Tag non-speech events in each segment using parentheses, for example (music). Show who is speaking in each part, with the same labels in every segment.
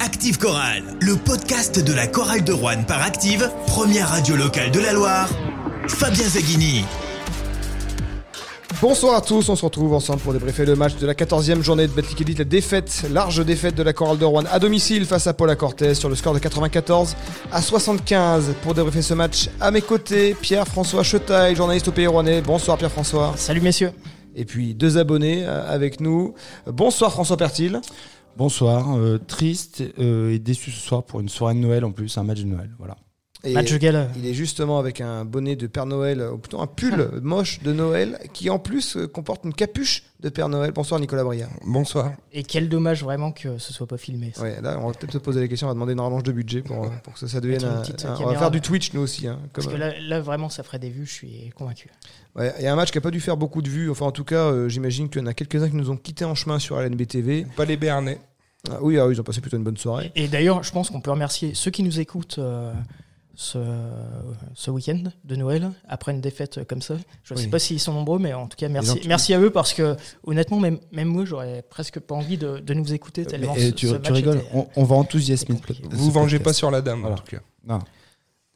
Speaker 1: Active Chorale, le podcast de la chorale de Rouen par Active, première radio locale de la Loire. Fabien Zaghini.
Speaker 2: Bonsoir à tous, on se retrouve ensemble pour débriefer le match de la 14e journée de Betclic Elite, la défaite, large défaite de la chorale de Rouen à domicile face à Paula Cortez sur le score de 94 à 75. Pour débriefer ce match, à mes côtés, Pierre-François Chetaille, journaliste au Pays Rouennais. Bonsoir Pierre-François.
Speaker 3: Salut messieurs.
Speaker 2: Et puis deux abonnés euh, avec nous. Bonsoir François Pertil.
Speaker 4: Bonsoir, euh, triste euh, et déçu ce soir pour une soirée de Noël en plus, un match de Noël, voilà.
Speaker 2: Et
Speaker 3: Match gala.
Speaker 2: Il est justement avec un bonnet de Père Noël, ou plutôt un
Speaker 3: (laughs)
Speaker 2: pull moche de Noël, qui en plus euh, comporte une capuche de Père Noël. Bonsoir Nicolas Briard.
Speaker 4: Bonsoir.
Speaker 3: Et quel dommage vraiment que ce soit pas filmé. ça.
Speaker 2: Ouais, là, on va peut-être se poser la question, on va demander une rallonge de budget pour, euh, pour que ça devienne
Speaker 3: Mettre une
Speaker 2: un-
Speaker 3: petite
Speaker 2: un- On va
Speaker 3: caméra.
Speaker 2: faire du Twitch, nous aussi. hein, comme-
Speaker 3: Parce que
Speaker 4: euh,
Speaker 3: là, là, vraiment, ça ferait des vues, je suis convaincu.
Speaker 2: Ouais, Il y a un match qui n'a pas dû faire beaucoup de vues. Enfin, en tout cas, euh, j'imagine qu'il y en a quelques-uns qui nous ont quittés en chemin sur LNBTV.
Speaker 5: Pas les Béarnais.
Speaker 2: Ah, oui, ah, ils ont passé plutôt une bonne soirée.
Speaker 3: Et d'ailleurs, je pense qu'on peut remercier ceux qui nous écoutent euh, ce, ce week-end de Noël, après une défaite comme ça. Je ne
Speaker 2: Oui.
Speaker 3: sais pas s'ils sont nombreux, mais en tout cas, merci,
Speaker 4: ont-
Speaker 3: merci à eux parce que honnêtement, même, même moi, j'aurais presque pas envie de, de nous écouter tellement ce-
Speaker 4: Euh, tu,
Speaker 3: ce
Speaker 4: tu
Speaker 3: match
Speaker 4: rigoles,
Speaker 3: était-
Speaker 4: on, on va enthousiasmer.
Speaker 3: était compliqué.
Speaker 4: ce
Speaker 5: Vous vengez pas
Speaker 4: podcast.
Speaker 5: sur la dame,
Speaker 4: Voilà.
Speaker 5: en tout cas.
Speaker 4: Non.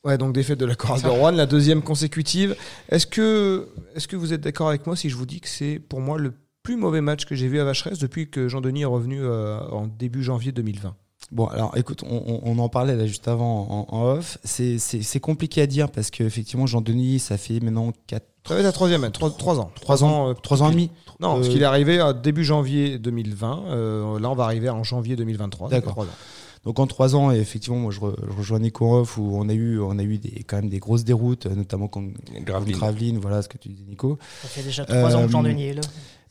Speaker 2: Ouais, donc défaite de la chorale de Rouen, la deuxième consécutive. Est-ce que, est que vous êtes d'accord avec moi si je vous dis que c'est pour moi le plus mauvais match que j'ai vu à Vacheresse depuis que Jean-Denis est revenu euh, en début janvier 2020
Speaker 4: Bon, alors écoute, on, on- on en parlait là juste avant en, en off. C'est- C'est c'est compliqué à dire parce qu'effectivement, Jean-Denis, ça fait maintenant 4,
Speaker 2: Ça va être la troisième,
Speaker 5: hein,
Speaker 2: trois, trois ans. Trois ans. euh,
Speaker 4: 3 ans et demi.
Speaker 2: Non,
Speaker 4: Euh,
Speaker 2: parce qu'il est arrivé à début janvier 2020. euh, là, on va arriver en janvier 2023. donc
Speaker 4: D'accord.
Speaker 2: trois ans.
Speaker 4: Donc en trois ans, et effectivement, moi je, re- je rejoins Nico Hoff où on a eu, on a eu des, quand même des grosses déroutes, euh, notamment contre contre
Speaker 5: Graveline.
Speaker 4: Graveline, voilà ce que tu dis Nico.
Speaker 3: Ça fait déjà trois ans
Speaker 4: Euh,
Speaker 3: que Jean-Denis est là.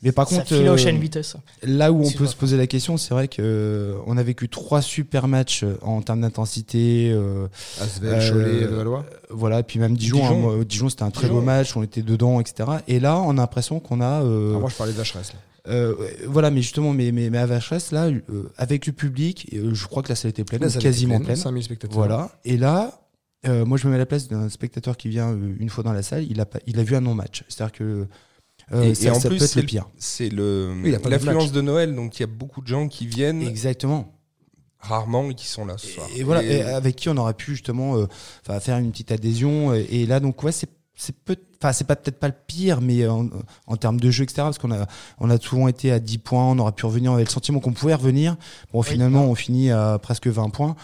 Speaker 4: Mais par
Speaker 3: ça
Speaker 4: contre,
Speaker 3: file à
Speaker 4: euh,
Speaker 3: chaîne vitesse.
Speaker 4: là où on peut
Speaker 3: Excuse-moi.
Speaker 4: se poser la question, c'est vrai que euh, on a vécu trois super matchs euh, en termes d'intensité, euh,
Speaker 2: Asvel,
Speaker 4: Euh,
Speaker 2: Cholet, Levallois.
Speaker 5: euh,
Speaker 4: voilà, et puis même Dijon,
Speaker 5: Dijon.
Speaker 4: hein, moi, euh, Dijon, c'était un très
Speaker 5: Dijon.
Speaker 4: beau match, on était dedans, etc. Et là, on a l'impression qu'on a, euh,
Speaker 2: Ah, moi, je parlais de Vacheresse. là.
Speaker 4: euh, ouais, voilà, mais justement, mais mais, mais à Vacheresse, là, euh, avec le public, euh, je crois que la salle était pleine,
Speaker 2: Là,
Speaker 4: ou
Speaker 2: ça avait
Speaker 4: quasiment
Speaker 2: été
Speaker 4: pleine.
Speaker 2: 5000 spectateurs.
Speaker 4: Voilà. Et là, euh, moi, je me mets à la place d'un spectateur qui vient euh, une fois dans la salle. Il a, pas- il a vu un non-match. C'est-à-dire que euh,
Speaker 5: Et-
Speaker 4: ça,
Speaker 5: et en
Speaker 4: ça
Speaker 5: plus,
Speaker 4: peut être
Speaker 5: c'est
Speaker 4: le
Speaker 5: le-
Speaker 4: pire.
Speaker 5: C'est le
Speaker 2: Oui, il a pas de match.
Speaker 5: l'affluence de Noël, donc il y a beaucoup de gens qui viennent
Speaker 4: Exactement.
Speaker 5: rarement et qui sont là ce soir.
Speaker 4: Et, et voilà. et
Speaker 2: euh,
Speaker 4: avec qui on aurait pu justement euh, enfin, faire une petite adhésion. Et, et là, donc, ouais, c'est c'est peut enfin c'est pas peut-être pas le pire mais euh, en, en termes de jeu etc parce qu'on a on a souvent été à 10 points on aurait pu revenir on avait le sentiment qu'on pouvait revenir bon finalement on finit à presque 20 points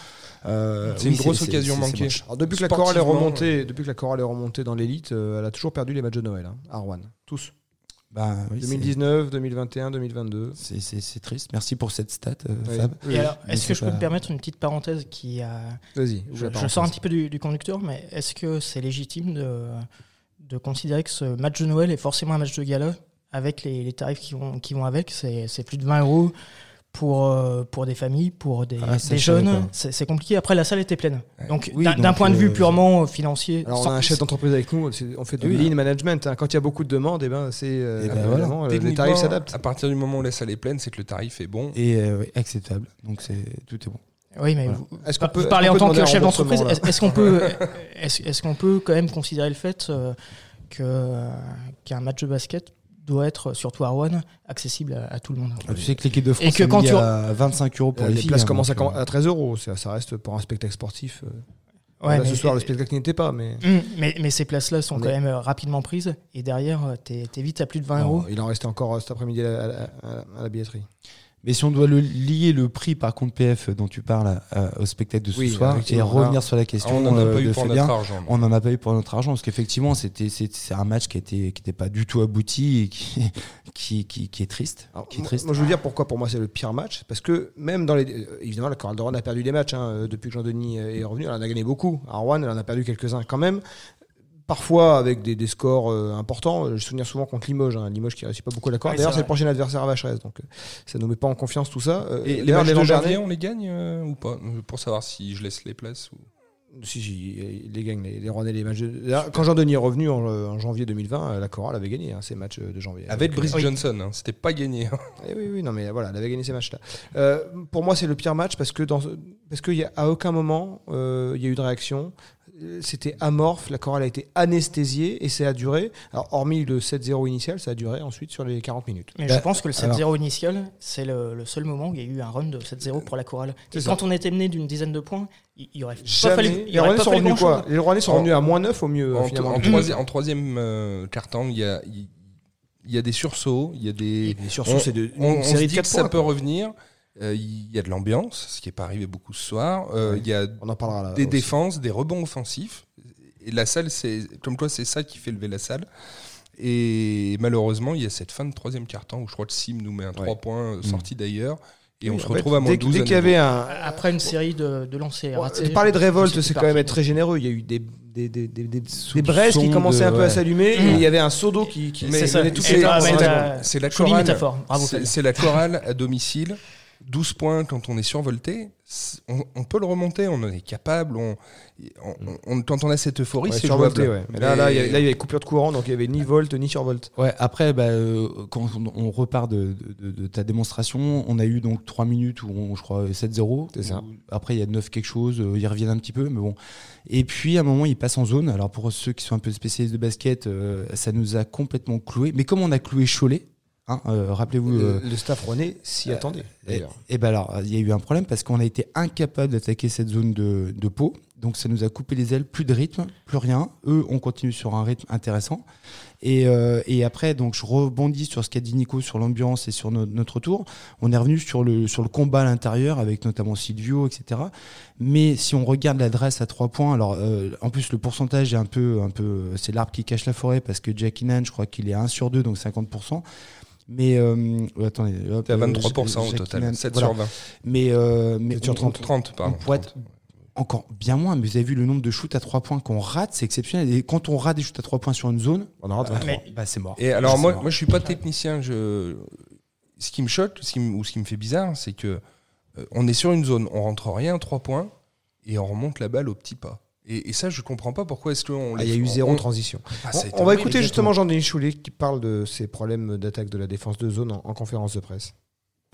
Speaker 4: Euh,
Speaker 5: C'est une
Speaker 4: oui,
Speaker 5: grosse occasion
Speaker 4: c'est- c'est
Speaker 5: manquée.
Speaker 4: moche.
Speaker 2: Alors, depuis que, la chorale est
Speaker 5: Sportivement, euh,
Speaker 2: remontée, depuis que la chorale est remontée dans l'élite, euh, elle a toujours perdu les matchs de Noël, hein, à Rouen. Tous.
Speaker 4: Bah, oui, c'est-
Speaker 2: 2019, 2021, 2022.
Speaker 4: c'est c'est- c'est triste merci pour cette stat euh,
Speaker 2: Oui.
Speaker 4: Fab
Speaker 2: Oui,
Speaker 3: Et alors,
Speaker 4: mais
Speaker 3: est-ce
Speaker 4: c'est
Speaker 3: que je peux
Speaker 4: pas-
Speaker 3: me permettre une petite parenthèse qui a
Speaker 2: Vas-y, ouvre
Speaker 3: Je,
Speaker 2: la
Speaker 3: je
Speaker 2: parenthèse.
Speaker 3: sors un petit peu du, du conducteur, mais est-ce que c'est légitime de, de considérer que ce match de Noël est forcément un match de gala avec les, les tarifs qui vont, qui vont avec C'est c'est plus de 20 euros pour, euh, pour des familles, pour des,
Speaker 4: Ah, ça,
Speaker 3: des
Speaker 4: je savais
Speaker 3: jeunes.
Speaker 4: pas.
Speaker 3: C'est c'est compliqué. Après, la salle était pleine. Donc,
Speaker 4: Oui,
Speaker 3: d'un
Speaker 4: donc,
Speaker 3: d'un point de
Speaker 4: euh,
Speaker 3: vue purement euh, financier,
Speaker 2: Alors, on
Speaker 3: sans-
Speaker 2: a un chef d'entreprise avec nous, c'est- on fait du
Speaker 4: Oui.
Speaker 2: lean management. hein. Quand il y a beaucoup de demandes, eh ben, c'est euh,
Speaker 5: Ah, bah,
Speaker 4: Eh ben,
Speaker 2: évidemment,
Speaker 4: voilà.
Speaker 2: euh, les
Speaker 5: Techniquement,
Speaker 2: tarifs s'adaptent.
Speaker 5: À partir du moment où la salle est pleine, c'est que le tarif est bon.
Speaker 4: et euh, oui, acceptable. Donc c'est tout est bon.
Speaker 3: oui, mais
Speaker 4: Voilà.
Speaker 3: vous,
Speaker 2: Est-ce
Speaker 3: Par- bah, vous parlez
Speaker 2: est-ce
Speaker 3: en
Speaker 2: qu'on
Speaker 3: tant
Speaker 2: peut
Speaker 3: que
Speaker 2: demander un
Speaker 3: chef d'entreprise.
Speaker 2: remboursement,
Speaker 3: Est- Est-ce qu'on peut,
Speaker 4: (laughs)
Speaker 3: est-ce est-ce qu'on peut quand même considérer le fait euh, que euh, qu'un match de basket doit être surtout à Rouen accessible à, à tout le monde
Speaker 4: Ah, tu sais que l'équipe de France
Speaker 3: que
Speaker 4: est
Speaker 3: quand
Speaker 4: mise
Speaker 3: tu-
Speaker 4: à 25 euros pour
Speaker 2: là
Speaker 4: les,
Speaker 2: Les
Speaker 4: filles,
Speaker 2: places
Speaker 4: hein,
Speaker 2: commencent à,
Speaker 4: donc, euh,
Speaker 2: à 13 euros. Ça, ça reste pour un spectacle sportif. euh.
Speaker 3: Ouais,
Speaker 2: Là,
Speaker 3: mais-
Speaker 2: ce soir, le spectacle n'y était pas, mais.
Speaker 3: Hum, mais, mais ces places-là sont
Speaker 2: On
Speaker 3: quand
Speaker 2: est-
Speaker 3: même euh, rapidement prises et derrière, euh, t'es t'es vite à plus de 20
Speaker 2: Non,
Speaker 3: euros.
Speaker 2: il en restait encore euh, cet après-midi à, la- à la- à la billetterie.
Speaker 4: Mais si on doit le lier le prix par contre PF dont tu parles euh, au spectacle de ce
Speaker 2: Oui,
Speaker 4: soir et
Speaker 2: effectivement, là,
Speaker 4: revenir sur la question
Speaker 5: Ah, on n'en a
Speaker 4: euh,
Speaker 5: pas
Speaker 4: de
Speaker 5: eu pour
Speaker 4: Fabien,
Speaker 5: notre argent.
Speaker 4: on n'en a pas eu pour notre argent parce qu'effectivement c'était c'est c'est un match qui était qui n'était pas du tout abouti et qui (laughs) qui, qui, qui est triste.
Speaker 2: Alors,
Speaker 4: qui est
Speaker 2: moi,
Speaker 4: triste.
Speaker 2: moi, je veux dire pourquoi pour moi c'est le pire match. Parce que même dans les. euh, Évidemment, la Coral de Rouen a perdu des matchs hein, euh, depuis que Jean-Denis euh, est revenu. Elle en a gagné beaucoup. À Rouen, elle en a perdu quelques-uns quand même. Parfois avec des, des scores euh, importants. Je me souviens souvent contre Limoges. hein, Limoges qui ne réussit pas beaucoup la Coral.
Speaker 3: Ouais,
Speaker 2: D'ailleurs,
Speaker 3: Ah c'est
Speaker 2: c'est le
Speaker 3: vrai.
Speaker 2: prochain adversaire à Vacheresse. Donc euh, ça ne nous met pas en confience tout ça. Euh,
Speaker 5: Et les
Speaker 2: d'ailleurs,
Speaker 5: matchs de
Speaker 2: l'an
Speaker 5: janvier,
Speaker 2: dernier-
Speaker 5: on les gagne euh, ou pas Euh, Pour savoir si je laisse les places. Ou...
Speaker 2: Si, si, il les gagne, les, les Rouennais, les matchs. de- D'ailleurs, Quand Jean-Denis est revenu en, euh, en janvier 2020, euh, la Coral avait gagné hein, ces matchs euh, de janvier.
Speaker 5: Avec Brice
Speaker 3: Oui.
Speaker 5: Johnson, hein, c'était pas gagné.
Speaker 2: Eh oui, oui, non, mais voilà, elle avait gagné ces matchs-là. Euh, pour moi, c'est le pire match parce que dans, parce qu'il y a à aucun moment euh, il y a eu de réaction. euh, c'était amorphe, la chorale a été anesthésiée et ça a duré. Alors, hormis le 7-0 initial, ça a duré ensuite sur les 40 minutes.
Speaker 3: Mais
Speaker 4: Bah,
Speaker 3: je pense que le
Speaker 4: alors-
Speaker 3: 7-0 initial, c'est le, le seul moment où il y a eu un run de 7-0 pour la chorale.
Speaker 2: C'est
Speaker 3: Et
Speaker 2: ça.
Speaker 3: quand on était mené d'une dizaine de points, il il aurait pas fallu.
Speaker 2: Jamais.
Speaker 3: Il
Speaker 2: Les
Speaker 3: aurait
Speaker 2: Rouennais
Speaker 3: pas
Speaker 2: sont
Speaker 3: fallu
Speaker 2: revenus
Speaker 3: grand-chose.
Speaker 2: quoi Les Rouennais sont
Speaker 5: En-
Speaker 2: revenus à moins 9 au mieux, euh,
Speaker 5: En,
Speaker 2: finalement.
Speaker 5: en troisi- en troisième euh, carton, il y a, il il y a des sursauts, il y a des.
Speaker 2: Mais
Speaker 5: on-
Speaker 2: surtout, c'est de-
Speaker 5: on,
Speaker 2: une
Speaker 5: on se
Speaker 2: série
Speaker 5: dit
Speaker 2: de 4
Speaker 5: que ça
Speaker 2: points.
Speaker 5: peut revenir. Euh, Il y a de l'ambiance, ce qui n'est pas arrivé beaucoup ce soir. Euh,
Speaker 2: Ouais.
Speaker 5: Il y a
Speaker 2: On en parlera là.
Speaker 5: des
Speaker 2: Ah, aussi.
Speaker 5: défenses, des rebonds offensifs. Et la salle, c'est comme quoi c'est ça qui fait lever la salle. Et malheureusement, il y a cette fin de troisième quart-temps où je crois que Sim nous met un 3 points euh, sorti d'ailleurs. Et on
Speaker 2: Mm. Oui,
Speaker 5: se
Speaker 2: en fait,
Speaker 5: retrouve à moins
Speaker 2: dès-
Speaker 5: 12.
Speaker 2: Dès
Speaker 5: à
Speaker 2: qu'il y avait un,
Speaker 3: Euh, Après une série de, de lancers
Speaker 2: Ouais,
Speaker 3: ratés.
Speaker 2: parler de révolte,
Speaker 3: c'était
Speaker 2: c'est quand
Speaker 3: parti.
Speaker 2: même être très généreux. Il y a eu des, des, des, des, des, des
Speaker 4: Soupçons
Speaker 2: braises qui
Speaker 4: de-
Speaker 2: commençaient un peu à
Speaker 4: ouais.
Speaker 2: s'allumer et
Speaker 3: Mmh.
Speaker 2: il y avait un seau d'eau qui, qui
Speaker 5: Mais
Speaker 3: C'est ça.
Speaker 2: donnait
Speaker 5: donnez
Speaker 2: toutes
Speaker 5: Et
Speaker 2: les hein,
Speaker 5: ça,
Speaker 2: forces.
Speaker 5: c'est
Speaker 2: Ouais.
Speaker 5: la- c'est la
Speaker 3: Jolie
Speaker 5: chorale.
Speaker 3: métaphore. Bravo.
Speaker 5: C'est
Speaker 3: Fabien.
Speaker 5: c'est la chorale à domicile. 12 points quand on est survolté, c'est- on, on peut le remonter, on en est capable. On, on- on- quand on a cette euphorie,
Speaker 2: Mm. Ouais,
Speaker 5: c'est
Speaker 2: survolté,
Speaker 5: jouable.
Speaker 2: ouais. Mais là, là, il y avait-
Speaker 5: Mais-
Speaker 2: là, il y avait coupure de courant, donc il y avait ni volt ni survolt.
Speaker 4: Ouais, après, bah, euh, quand on, on repart de, de- de ta démonstration, on a eu donc 3 minutes où on, je crois, 7-0.
Speaker 2: C'est ça.
Speaker 4: Où Après, il y a 9 quelque chose, euh, ils reviennent un petit peu, mais bon. Et puis, à un moment, ils passent en zone. Alors, pour ceux qui sont un peu spécialistes de basket, euh, ça nous a complètement cloué. Mais comme on a cloué Cholet, hein, euh, rappelez-vous. euh,
Speaker 2: Le, le staff René s'y
Speaker 4: euh,
Speaker 2: attendait.
Speaker 4: et,
Speaker 2: d'ailleurs.
Speaker 4: et ben alors, il y a eu un problème parce qu'on a été incapable d'attaquer cette zone de, de peau. Donc ça nous a coupé les ailes, plus de rythme, plus rien. Eux, on continue sur un rythme intéressant. Et, euh, et après, donc je rebondis sur ce qu'a dit Nico sur l'ambiance et sur no- notre tour. On est revenu sur le, sur le combat à l'intérieur avec notamment Silvio, etc. Mais si on regarde l'adresse à trois points, alors euh, en plus le pourcentage est un peu, un peu, c'est l'arbre qui cache la forêt parce que Jack Inan, je crois qu'il est à 1 sur 2, donc 50%. Mais euh, euh, attendez, hop,
Speaker 5: T'es à
Speaker 4: euh,
Speaker 5: 23% au
Speaker 4: Jack
Speaker 5: total,
Speaker 4: Inan,
Speaker 5: 7
Speaker 4: voilà.
Speaker 5: sur 20.
Speaker 4: Mais, euh, mais
Speaker 2: Sept sur
Speaker 4: on-
Speaker 2: 30.
Speaker 5: 30, pardon.
Speaker 4: on pointe encore bien moins. Mais vous avez vu le nombre de shoots à trois points qu'on rate, c'est exceptionnel. Et quand on rate des shoots à trois points sur une zone,
Speaker 2: On en rate 23.
Speaker 3: Mais-
Speaker 4: bah, c'est mort.
Speaker 5: Et alors
Speaker 4: C'est
Speaker 5: moi,
Speaker 4: mort.
Speaker 5: moi je suis pas technicien. Je... Ce qui me choque, ce qui me- ou ce qui me fait bizarre, c'est que euh, on est sur une zone, on rentre rien, trois points, et on remonte la balle au petit pas. Et, et ça, je comprends pas pourquoi est-ce qu'on.
Speaker 2: Ah,
Speaker 5: les-
Speaker 2: il y a eu
Speaker 5: on-
Speaker 2: zéro
Speaker 5: on-
Speaker 2: transition.
Speaker 5: Ah, ça a
Speaker 2: On-
Speaker 5: été
Speaker 2: on va
Speaker 5: horrible.
Speaker 2: écouter justement Jean-Denis Choulet qui parle de ses problèmes d'attaque de la défense de zone en, en conférence de presse.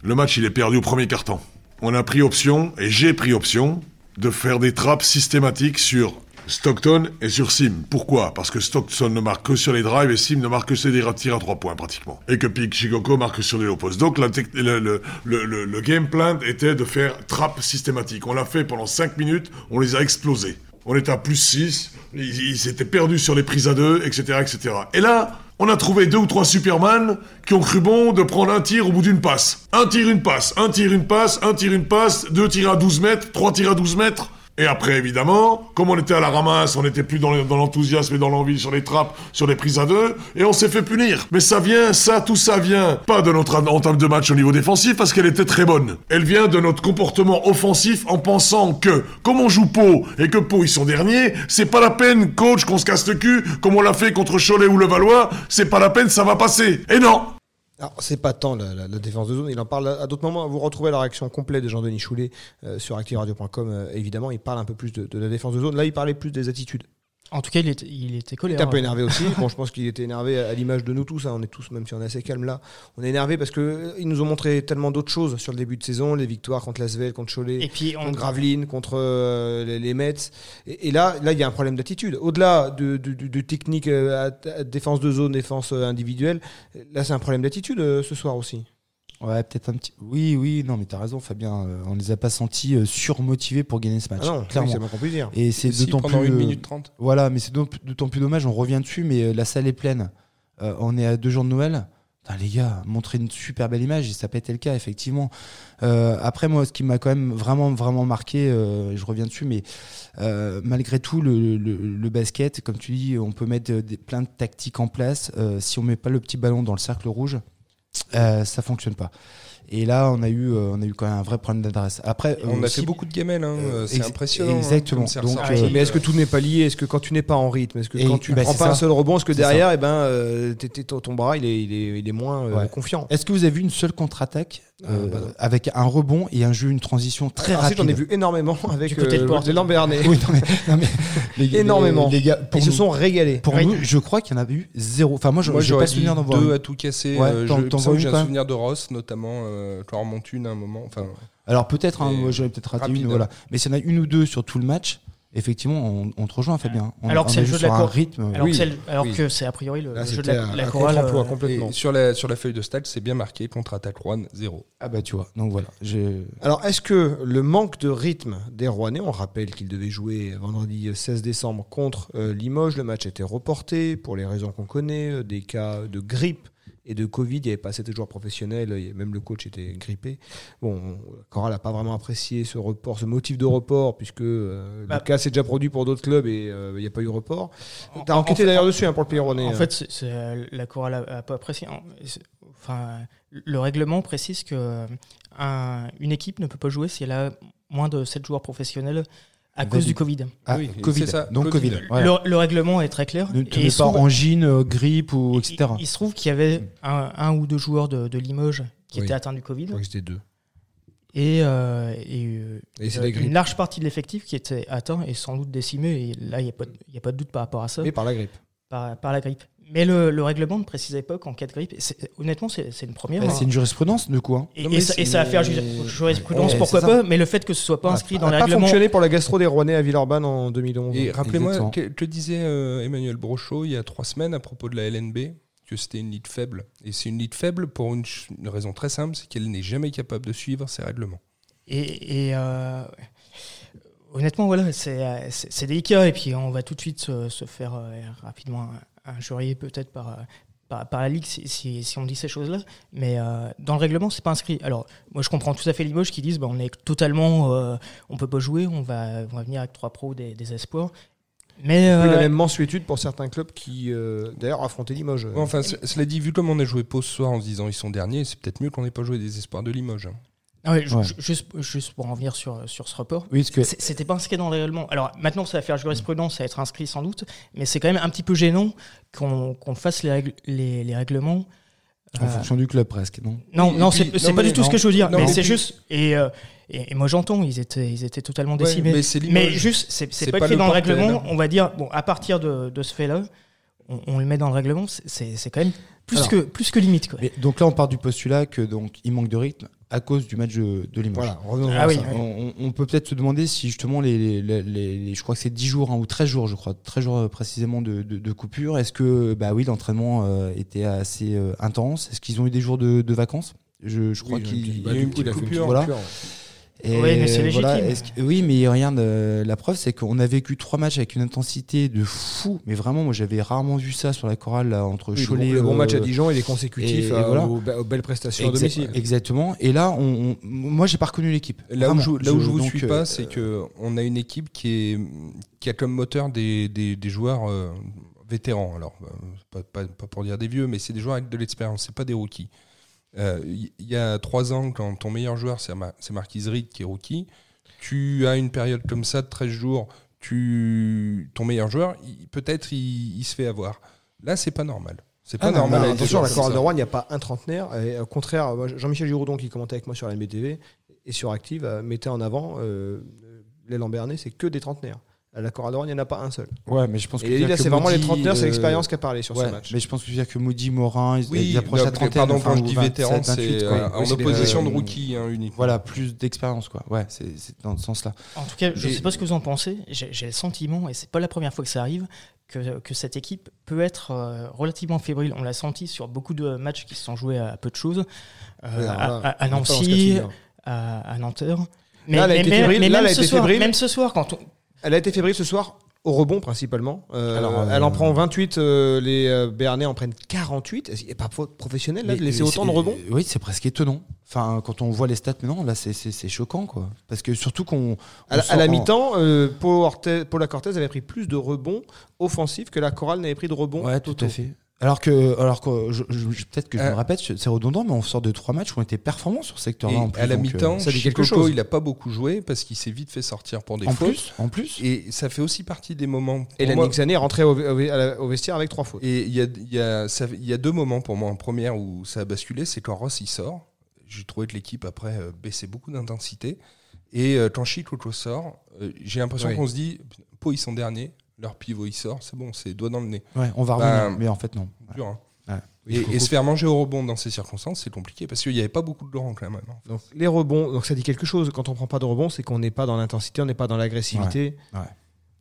Speaker 6: Le match, il est perdu au premier carton. On a pris option, et j'ai pris option, de faire des trappes systématiques sur Stockton et sur Sim. Pourquoi Parce que Stockton ne marque que sur les drives et Sim ne marque que sur des tirs à trois points pratiquement. Et que Pic Shigoko marque sur les low posts. Donc la tec- le, le- le- le- le game plan était de faire trappe systématique. On l'a fait pendant 5 minutes, on les a explosés. On était à plus 6, ils, ils s'étaient perdus sur les prises à deux, etc., etc. Et là, on a trouvé deux ou trois Superman qui ont cru bon de prendre un tir au bout d'une passe. Un tir, une passe, un tir, une passe, un tir, une passe, deux tirs à 12 mètres, trois tirs à 12 mètres. Et après, évidemment, comme on était à la ramasse, on n'était plus dans le- dans l'enthousiasme et dans l'envie sur les trappes, sur les prises à deux, et on s'est fait punir. Mais ça vient, ça, tout ça vient, pas de notre en- entame de match au niveau défensif, parce qu'elle était très bonne. Elle vient de notre comportement offensif en pensant que, comme on joue Pau, et que Pau, ils sont derniers, c'est pas la peine, coach, qu'on se casse le cul, comme on l'a fait contre Cholet ou Levallois, c'est pas la peine, ça va passer. Et non
Speaker 2: Alors, c'est pas tant la, la- la défense de zone, il en parle à, à d'autres moments. Vous retrouvez la réaction complète de Jean-Denis Choulet euh, sur ActiveRadio.com. euh, évidemment, il parle un peu plus de, de la défense de zone. Là, il parlait plus des attitudes.
Speaker 3: En tout cas, il était, il était
Speaker 2: Il
Speaker 3: colère. hein.
Speaker 2: était
Speaker 4: hein.
Speaker 2: un peu énervé aussi. Bon, je pense qu'il était énervé à, à l'image de nous tous. hein. On est tous, même si on est assez calme là, on est énervé parce que euh, ils nous ont montré tellement d'autres choses sur le début de saison, les victoires contre Lasvel, contre Cholet.
Speaker 3: Et puis, on,
Speaker 2: contre Graveline, contre euh, les, les Mets. Et, et là, là, il y a un problème d'attitude. Au-delà de, de- de- de technique euh, à- à défense de zone, défense euh, individuelle, là, c'est un problème d'attitude euh, ce soir aussi.
Speaker 4: Ouais, peut-être un petit. Oui, oui, non, mais t'as raison, Fabien. euh, on les a pas sentis euh, surmotivés pour gagner ce match.
Speaker 2: Ah non, oui,
Speaker 4: clairement.
Speaker 2: c'est pas qu'on puisse dire.
Speaker 4: Et c'est
Speaker 5: Si,
Speaker 4: d'autant
Speaker 5: pendant
Speaker 4: plus.
Speaker 5: 1
Speaker 4: euh,
Speaker 5: minute 30.
Speaker 4: Voilà, mais c'est d'autant- d'autant plus dommage. On revient dessus, mais euh, la salle est pleine. Euh, on est à deux jours de Noël. Putain, les gars, montrer une super belle image, et ça peut être le cas, effectivement. Euh, après, moi, ce qui m'a quand même vraiment, vraiment marqué, euh, je reviens dessus, mais euh, malgré tout, le, le- le basket, comme tu dis, on peut mettre euh, des, plein de tactiques en place. Euh, si on met pas le petit ballon dans le cercle rouge, euh, ça fonctionne pas. Et là, on a eu, euh, on a eu quand même un vrai problème d'adresse. Après, euh,
Speaker 5: On a
Speaker 4: aussi-
Speaker 5: fait beaucoup de gamelles, hein,
Speaker 4: euh,
Speaker 5: c'est
Speaker 4: ex-
Speaker 5: impressionnant. hein,
Speaker 4: exactement.
Speaker 5: comme c'est
Speaker 4: Donc,
Speaker 5: ressorti.
Speaker 4: euh,
Speaker 2: Mais est-ce que tout n'est pas lié Est-ce que quand tu n'es pas en rythme, est-ce que
Speaker 4: Et-
Speaker 2: quand tu ne
Speaker 4: bah,
Speaker 2: prends
Speaker 4: c'est
Speaker 2: pas un
Speaker 4: ça.
Speaker 2: seul rebond, est-ce que
Speaker 4: C'est ça.
Speaker 2: derrière, eh ben, euh, t'es- t'es- ton ton bras, il est, il est, il est moins euh,
Speaker 4: Ouais.
Speaker 2: confiant
Speaker 4: Est-ce que vous avez vu une seule contre-attaque
Speaker 2: Ah,
Speaker 4: euh,
Speaker 2: bah non.
Speaker 4: avec un rebond et un jeu, une transition très
Speaker 2: Alors, si,
Speaker 4: rapide
Speaker 2: J'en ai vu énormément avec
Speaker 3: Du côté de
Speaker 2: euh,
Speaker 3: Porte.
Speaker 2: les Lambernais.
Speaker 4: Oui, non, mais, non, mais les, les-
Speaker 2: Énormément.
Speaker 4: Les, gars,
Speaker 2: Ils
Speaker 4: pour,
Speaker 2: se
Speaker 4: nous,
Speaker 2: sont régalés.
Speaker 4: pour
Speaker 3: Oui.
Speaker 4: nous, je crois qu'il y en a eu zéro. Enfin, moi, je
Speaker 5: Moi,
Speaker 4: n'ai
Speaker 5: j'aurais
Speaker 4: pas
Speaker 5: dit
Speaker 4: souvenir d'en voir.
Speaker 5: deux
Speaker 4: une.
Speaker 5: à tout casser.
Speaker 4: Ouais,
Speaker 5: euh,
Speaker 4: t'en-
Speaker 5: je-
Speaker 4: t'en
Speaker 5: ça,
Speaker 4: vois
Speaker 5: J'ai
Speaker 4: une,
Speaker 5: un
Speaker 4: quand même
Speaker 5: souvenir de Ross, notamment, euh, quand on remonte une à un moment. Enfin,
Speaker 4: Alors peut-être, hein,
Speaker 5: Et
Speaker 4: moi, j'aurais peut-être raté
Speaker 5: rapide.
Speaker 4: une, voilà. Mais s'il y en a une ou deux sur tout le match. effectivement, on, on te rejoint, Fabien. On,
Speaker 3: Alors que
Speaker 4: on
Speaker 3: c'est
Speaker 4: est
Speaker 3: le jeu
Speaker 4: juste
Speaker 3: de la
Speaker 4: sur un
Speaker 3: cour.
Speaker 4: rythme.
Speaker 3: Alors,
Speaker 5: Oui,
Speaker 3: que c'est le- alors
Speaker 5: oui.
Speaker 3: que c'est a priori le,
Speaker 2: Là,
Speaker 3: le jeu de
Speaker 2: c'était
Speaker 3: la,
Speaker 2: un,
Speaker 3: la
Speaker 2: un
Speaker 3: chorale.
Speaker 2: contre-emploi
Speaker 3: euh,
Speaker 2: complètement.
Speaker 5: Et sur la, sur la feuille de stade, c'est bien marqué contre-attaque Rouen 0.
Speaker 4: Ah bah tu vois. Donc voilà. j'ai-
Speaker 2: Alors, est-ce que le manque de rythme des Rouennais, on rappelle qu'ils devaient jouer vendredi 16 décembre contre euh, Limoges, le match était reporté pour les raisons qu'on connaît, euh, des cas de grippe et de Covid, il n'y avait pas assez de joueurs professionnels, euh, même le coach était grippé. Bon, Coral n'a pas vraiment apprécié ce report, ce motif de report, puisque euh,
Speaker 3: Bah.
Speaker 2: le cas s'est déjà produit pour d'autres clubs et euh, il n'y a pas eu report.
Speaker 3: en-
Speaker 2: T'as
Speaker 3: en
Speaker 2: enquêté
Speaker 3: fait-
Speaker 2: d'ailleurs dessus hein, pour le pays Rouennais.
Speaker 3: En fait, c'est- c'est, euh, la chorale a, a pas apprécié. En- c'est- Enfin, le règlement précise que euh, un- une équipe ne peut pas jouer si elle a moins de 7 joueurs professionnels à
Speaker 4: Valide.
Speaker 3: cause du Covid.
Speaker 4: Ah,
Speaker 5: Oui,
Speaker 4: Covid.
Speaker 5: c'est ça,
Speaker 4: Donc
Speaker 5: Covid.
Speaker 4: Covid. voilà.
Speaker 3: Le, le règlement est très clair.
Speaker 4: Ne
Speaker 3: Et
Speaker 4: te
Speaker 3: il
Speaker 4: mets
Speaker 3: se
Speaker 4: pas
Speaker 3: trouve-
Speaker 4: angine, euh, grippe ou Mm.
Speaker 3: il-
Speaker 4: etc.
Speaker 3: Il, se trouve qu'il y avait un, un ou deux joueurs de, de Limoges qui
Speaker 2: Oui.
Speaker 3: étaient atteints du Covid
Speaker 2: Je crois que c'était deux.
Speaker 3: et, euh, et, euh,
Speaker 2: Et c'est
Speaker 3: euh,
Speaker 2: la grippe.
Speaker 3: une large partie de l'effectif qui était atteint et sans doute décimé. Et là, il n'y a, pas de- il y a pas de doute par rapport à ça.
Speaker 2: Mais par la grippe.
Speaker 3: par, par la grippe. Mais le, le règlement ne précisait pas qu'en cas de grippe, c'est- honnêtement, c'est c'est une première.
Speaker 4: Bah,
Speaker 3: hein.
Speaker 4: c'est une jurisprudence du coup. hein.
Speaker 3: Et,
Speaker 5: Non,
Speaker 3: et
Speaker 5: mais
Speaker 3: ça, et
Speaker 5: c'est-
Speaker 3: ça va faire ju- jurisprudence,
Speaker 4: Ouais,
Speaker 3: pourquoi
Speaker 4: c'est ça.
Speaker 3: pas, mais le fait que ce soit pas inscrit dans
Speaker 2: a
Speaker 3: les
Speaker 2: pas
Speaker 3: règlements.
Speaker 2: fonctionné pour la gastro des Rouennais à Villeurbanne en 2011.
Speaker 5: Et rappelez-moi,
Speaker 4: exactement.
Speaker 5: que, que disait euh, Emmanuel Brochot il y a trois semaines à propos de la LNB que c'était une ligue faible. Et c'est une ligue faible pour une, ch- une raison très simple, c'est qu'elle n'est jamais capable de suivre ses règlements.
Speaker 3: Et, et, euh, honnêtement, voilà, c'est euh, c'est- c'est délicat. Et puis, on va tout de suite se, se faire euh, rapidement injurier, peut-être par, euh, par, par la Ligue, si, si- si on dit ces choses-là. Mais euh, dans le règlement, c'est pas inscrit. Alors, moi, je comprends tout à fait Limoges qui disent bah, on est totalement. euh, on peut pas jouer, on va, on va venir avec trois pros des, des espoirs. Mais.
Speaker 2: plus la
Speaker 3: euh,
Speaker 2: même mensuétude pour certains clubs qui, euh, d'ailleurs, affrontaient Limoges.
Speaker 5: Ouais, enfin, ce- cela dit, vu comme on a joué Pau ce soir en se disant ils sont derniers, c'est peut-être mieux qu'on n'ait pas joué des espoirs de Limoges. hein.
Speaker 3: ah ouais, ju-
Speaker 4: Ouais.
Speaker 3: ju- Juste, juste pour en venir sur, sur ce report,
Speaker 4: Oui, parce que
Speaker 3: C'est- C'était pas inscrit dans le règlement. Alors maintenant, ça va faire jurisprudence, ça va être inscrit sans doute, mais c'est quand même un petit peu gênant qu'on qu'on fasse les, règles- les, les règlements.
Speaker 4: en
Speaker 3: Euh,
Speaker 4: fonction du club presque, non
Speaker 3: non,
Speaker 5: Oui, et
Speaker 3: non,
Speaker 5: puis-
Speaker 3: c'est
Speaker 5: non,
Speaker 3: c'est pas
Speaker 5: mais-
Speaker 3: du tout ce que je veux dire,
Speaker 5: non,
Speaker 3: mais
Speaker 5: mais
Speaker 3: c'est
Speaker 5: puis-
Speaker 3: juste. Et, euh, et, et moi j'entends, ils étaient, ils étaient totalement
Speaker 5: Ouais,
Speaker 3: décimés.
Speaker 5: mais c'est Limoges.
Speaker 3: mais juste, c'est c'est
Speaker 5: C'est
Speaker 3: pas
Speaker 5: pas
Speaker 3: écrit
Speaker 5: le hein.
Speaker 3: dans le
Speaker 5: portel.
Speaker 3: règlement. On va dire, bon, à partir de, de ce fait-là, on, on le met dans le règlement, c'est- c'est c'est quand même plus,
Speaker 4: Alors.
Speaker 3: que, plus que limite. Quoi.
Speaker 4: Mais donc là, on part du postulat que donc il manque de rythme à cause du match de, de Limoges.
Speaker 2: Voilà, revenons
Speaker 3: Ah
Speaker 2: à
Speaker 3: oui,
Speaker 2: ça.
Speaker 3: ouais.
Speaker 4: On, on- on peut peut-être se demander si justement les, les- les- les- les- je crois que c'est 10 jours hein, ou 13 jours je crois 13 jours euh, précisément de, de- de coupure est-ce que bah oui l'entraînement euh, était assez euh, intense est-ce qu'ils ont eu des jours de, de vacances je, je crois
Speaker 2: Oui,
Speaker 4: qu'ils
Speaker 2: bah,
Speaker 5: il y a
Speaker 2: du
Speaker 5: eu une
Speaker 2: coup, il a
Speaker 5: petite
Speaker 2: fait une
Speaker 5: coupure,
Speaker 2: petite
Speaker 4: voilà. Et
Speaker 3: Oui, mais c'est
Speaker 4: voilà,
Speaker 3: légitime.
Speaker 4: est-ce que- oui, mais regarde, euh, la preuve, c'est qu'on a vécu trois matchs avec une intensité de fou. Mais vraiment, moi, j'avais rarement vu ça sur la chorale là, entre
Speaker 2: Oui, le
Speaker 4: Cholet.
Speaker 2: bon- le bon
Speaker 4: euh,
Speaker 2: match à Dijon, il est consécutif
Speaker 4: et- et
Speaker 2: à-
Speaker 4: voilà.
Speaker 2: aux, be- aux belles prestations
Speaker 4: exact-
Speaker 2: à domicile.
Speaker 4: Exactement. Et là, on, on- moi, j'ai pas reconnu l'équipe.
Speaker 5: Là où
Speaker 4: Vraiment.
Speaker 5: je, là où je vous
Speaker 4: donc,
Speaker 5: suis
Speaker 4: euh,
Speaker 5: pas, c'est que on a une équipe qui est qui a comme moteur des, des, des joueurs euh, vétérans. Alors euh, pas, pas, pas pour dire des vieux, mais c'est des joueurs avec de l'expérience. C'est pas des rookies. Euh, Il y, y a trois ans, quand ton meilleur joueur c'est Mar- c'est Marquis Reed qui est rookie, tu as une période comme ça de 13 jours. Tu ton meilleur joueur, il- peut-être il, il se fait avoir. Là, c'est pas normal. C'est pas
Speaker 4: Ah non,
Speaker 5: normal.
Speaker 4: bah,
Speaker 5: avec des
Speaker 2: Attention,
Speaker 5: joueurs
Speaker 2: la
Speaker 5: comme
Speaker 2: chorale
Speaker 5: ça.
Speaker 2: de Rouen, il n'y a pas un trentenaire. Et euh, au contraire, moi, Jean-Michel Giraudon, qui commentait avec moi sur la MBTV et sur Active, euh, mettait en avant euh, les Lambernais, c'est que des trentenaires. À la chorale de Rouen, il n'y en a pas un seul.
Speaker 4: Ouais, mais je pense que.
Speaker 2: Et
Speaker 4: dire
Speaker 2: là,
Speaker 4: que
Speaker 2: c'est vraiment les
Speaker 4: Moody,
Speaker 2: trentenaires, c'est
Speaker 4: euh,
Speaker 2: l'expérience qui a parlé sur
Speaker 4: ouais,
Speaker 2: ce match. bah,
Speaker 4: Mais je pense que dire que Moody, Morin, ils-
Speaker 5: Oui,
Speaker 4: ils approchent
Speaker 5: non,
Speaker 4: la trentaine.
Speaker 5: pardon,
Speaker 4: enfin,
Speaker 5: quand je
Speaker 4: ou
Speaker 5: dis
Speaker 4: 27,
Speaker 5: vétéran, c'est
Speaker 4: 28,
Speaker 5: euh,
Speaker 4: quoi.
Speaker 5: en
Speaker 2: Oui, c'est des-
Speaker 5: opposition de
Speaker 4: euh,
Speaker 5: rookie hein, uniquement.
Speaker 4: Voilà, plus d'expérience, quoi. Ouais, c'est c'est dans ce sens-là.
Speaker 3: En tout cas, je ne
Speaker 5: Et-
Speaker 3: sais pas ce que vous en pensez. J'ai j'ai le sentiment, et c'est pas la première fois que ça arrive, que, que cette équipe peut être euh, relativement fébrile. On l'a senti sur beaucoup de matchs qui se sont joués à, peu de choses, euh,
Speaker 2: Ouais, alors
Speaker 3: à,
Speaker 2: là,
Speaker 3: à- à
Speaker 2: on est pas dans ce cas de
Speaker 3: Nancy,
Speaker 2: figure.
Speaker 3: à, à Nanterre.
Speaker 2: elle a été
Speaker 3: mais-
Speaker 2: fébrile,
Speaker 3: mais
Speaker 2: là,
Speaker 3: même
Speaker 2: elle a
Speaker 3: ce
Speaker 2: été
Speaker 3: soir,
Speaker 2: fébrile.
Speaker 3: même ce soir, quand on,
Speaker 2: Elle a été fébrile ce soir au rebond principalement. Euh,
Speaker 4: Alors, euh,
Speaker 2: elle en prend 28, euh, les euh, Béarnais en prennent 48. Est-ce qu'il n'est pas faute professionnelle là, de
Speaker 4: Mais-
Speaker 2: laisser
Speaker 4: mais
Speaker 2: autant de
Speaker 4: c'est-
Speaker 2: rebonds
Speaker 4: euh, Oui, c'est presque étonnant. Enfin, quand on voit les stats maintenant, là, c'est- c'est c'est choquant, quoi. Parce que surtout qu'on. on
Speaker 2: À, la- à
Speaker 4: sort
Speaker 2: la
Speaker 4: en-
Speaker 2: mi-temps, euh, Paul, Orte- Paula Cortez avait pris plus de rebonds offensifs que la Chorale n'avait pris de rebonds.
Speaker 4: Ouais, tout à fait. Alors que, alors que je, je- je- peut-être que je
Speaker 5: Euh.
Speaker 4: me répète, c'est redondant, mais on sort de trois matchs où on était performants sur ce secteur-là.
Speaker 5: Et
Speaker 4: en plus,
Speaker 5: à la
Speaker 4: donc, euh,
Speaker 5: mi-temps,
Speaker 2: ça dit quelque
Speaker 5: Chicoco,
Speaker 2: chose.
Speaker 5: il a pas beaucoup joué parce qu'il s'est vite fait sortir pour des
Speaker 4: en
Speaker 5: fautes.
Speaker 4: plus, en plus.
Speaker 5: Et ça fait aussi partie des moments. pour
Speaker 2: Et la
Speaker 5: moi-
Speaker 2: Nixané est rentrée au, au- à la- au vestiaire avec trois fautes.
Speaker 5: Et il y a, il y, a, ça- il y a deux moments pour moi en première où ça a basculé, c'est quand Ross il sort. J'ai trouvé que l'équipe après euh, baissait beaucoup d'intensité. Et euh, quand Chicoco sort, euh, j'ai l'impression
Speaker 2: Oui.
Speaker 5: qu'on se dit, Pau ils sont derniers, leur pivot il sort, c'est bon, c'est doigt dans le nez.
Speaker 4: Ouais, on va
Speaker 5: Bah,
Speaker 4: revenir, mais en fait non.
Speaker 5: Dur, hein.
Speaker 4: Ouais.
Speaker 5: Et, et se faire manger au rebond dans ces circonstances, c'est compliqué parce qu'il n'y avait pas beaucoup de Laurent quand même. hein.
Speaker 2: Donc les rebonds, donc ça dit quelque chose. Quand on prend pas de rebonds, c'est qu'on n'est pas dans l'intensité, on n'est pas dans l'agressivité.
Speaker 4: Ouais, ouais.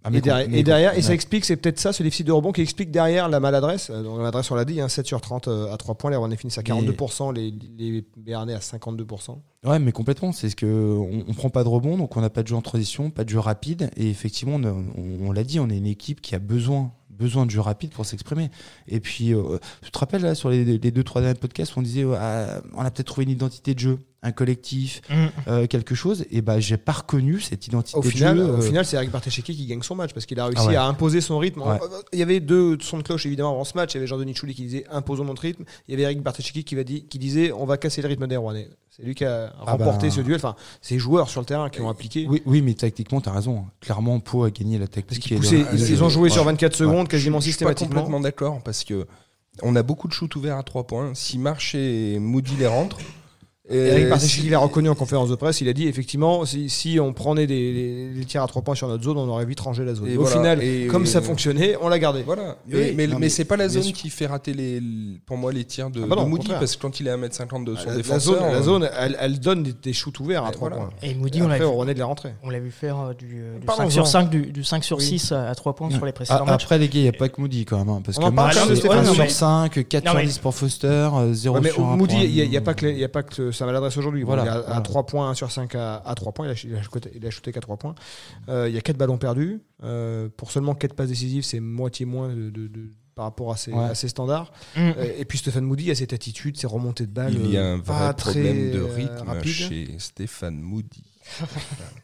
Speaker 4: Ah, mais
Speaker 2: Et, derrière,
Speaker 4: com- mais
Speaker 2: et derrière-
Speaker 4: com-
Speaker 2: et ça
Speaker 4: ouais.
Speaker 2: explique, c'est peut-être ça, ce déficit de rebond qui explique derrière la maladresse. Euh, Donc, la maladresse, on l'a dit, hein, 7 sur 30 euh, à 3 points. Les Rouennais finissent à 42%, les, les Béarnais à 52%.
Speaker 4: Ouais, mais complètement. C'est ce que on, on prend pas de rebond, donc on n'a pas de jeu en transition, pas de jeu rapide. Et effectivement, on, a- on- on l'a dit, on est une équipe qui a besoin, besoin de jeu rapide pour s'exprimer. Et puis, euh, tu te rappelles là sur les, les deux trois derniers podcasts, on disait, ouais, ah, on a peut-être trouvé une identité de jeu, un collectif,
Speaker 3: Mm.
Speaker 4: euh, quelque chose. Et bah, j'ai pas reconnu cette identité
Speaker 2: Au
Speaker 4: de
Speaker 2: final,
Speaker 4: jeu.
Speaker 2: au
Speaker 4: euh,
Speaker 2: final, c'est Eric Barthécheki qui gagne son match parce qu'il a réussi
Speaker 4: Ah ouais.
Speaker 2: à imposer son rythme.
Speaker 4: Ouais.
Speaker 2: Il y avait deux sons de cloche évidemment avant ce match. Il y avait Jean-Denis Chouli qui disait imposons notre rythme. Il y avait Eric Barthécheki qui, va dit- qui disait on va casser le rythme des Rouennais. C'est lui qui a remporté
Speaker 4: bah. Euh,
Speaker 2: ce duel. Enfin, ces joueurs sur le terrain qui ont appliqué.
Speaker 4: Oui, oui, mais tactiquement, t'as raison. hein. Clairement, Pau a gagné la tactique.
Speaker 2: Parce qu'ils
Speaker 4: et
Speaker 2: poussaient-
Speaker 4: le-
Speaker 2: ils,
Speaker 4: le-
Speaker 2: ils ont joué
Speaker 4: ouais.
Speaker 2: sur 24 secondes quasiment
Speaker 5: Je suis pas
Speaker 2: systématiquement.
Speaker 5: complètement d'accord parce que on a beaucoup de shoots ouverts à 3 points. Si Marche et Moody les rentrent, et
Speaker 2: Eric
Speaker 5: Euh, si-
Speaker 2: Barthécheki l'a reconnu en conférence de presse. Il a dit effectivement, si, si on prenait des, des- des tirs à trois points sur notre zone, on aurait vite rangé la zone.
Speaker 5: Et
Speaker 2: Et au
Speaker 5: voilà.
Speaker 2: final,
Speaker 5: Et-
Speaker 2: comme ça
Speaker 5: et-
Speaker 2: fonctionnait, on l'a gardé.
Speaker 5: Voilà.
Speaker 4: Oui,
Speaker 5: Mais, mais,
Speaker 4: non,
Speaker 5: mais
Speaker 4: mais
Speaker 5: c'est pas la
Speaker 4: bien
Speaker 5: zone
Speaker 4: sûr.
Speaker 5: qui fait rater les, pour moi les tirs de,
Speaker 2: Ah bah non, au
Speaker 5: de Moody
Speaker 2: contraire. Ah,
Speaker 5: parce que quand il est à 1m50 de son
Speaker 2: La- la
Speaker 5: défenseur,
Speaker 2: zone, la
Speaker 5: euh,
Speaker 2: zone elle, elle donne des, des shoots ouverts à
Speaker 5: Et
Speaker 2: trois
Speaker 5: voilà.
Speaker 2: points.
Speaker 3: Et
Speaker 2: Et
Speaker 3: Moody, on l'a
Speaker 2: après,
Speaker 3: vu,
Speaker 2: on revenait de la rentrée.
Speaker 3: on l'a vu faire euh, du, euh, du
Speaker 2: Pardon,
Speaker 3: 5 sur
Speaker 2: Jean.
Speaker 3: 5, du, du 5 sur
Speaker 2: Oui.
Speaker 3: 6 à 3 points sur les précédents
Speaker 4: Ah,
Speaker 3: matchs.
Speaker 4: après, les gars, il n'y a pas que Moody quand même. hein, parce
Speaker 2: On
Speaker 4: que
Speaker 2: en parle
Speaker 4: March,
Speaker 3: quand même,
Speaker 4: c'est
Speaker 3: Stéphane.
Speaker 4: 1
Speaker 3: Non,
Speaker 4: sur
Speaker 3: mais-
Speaker 4: 5, 4
Speaker 3: Non,
Speaker 4: sur
Speaker 3: mais-
Speaker 4: 10 pour Foster, euh, 0
Speaker 2: Ouais, mais
Speaker 4: sur 1.
Speaker 2: Moody, il n'y a, il y a pas que les- il y a pas que ça maladresse aujourd'hui.
Speaker 4: Voilà.
Speaker 2: il a à
Speaker 4: Voilà.
Speaker 2: 3 points, un sur 5 à, à 3 points. Il a, ch- il a shooté- il a shooté qu'à 3 points. Euh, il y a 4 ballons perdus. Euh, pour seulement 4 passes décisives, c'est moitié moins de, de- de- par rapport à ses,
Speaker 4: Ouais.
Speaker 2: à ses standards.
Speaker 3: Mm.
Speaker 2: Euh, Et puis Stéphane Moody a cette attitude, ses remontées de balles.
Speaker 5: hein, il y a
Speaker 2: euh,
Speaker 5: un
Speaker 2: pas
Speaker 5: vrai
Speaker 2: très,
Speaker 5: problème de
Speaker 2: euh,
Speaker 5: rythme
Speaker 2: rapide.
Speaker 5: chez Stéphane Moody.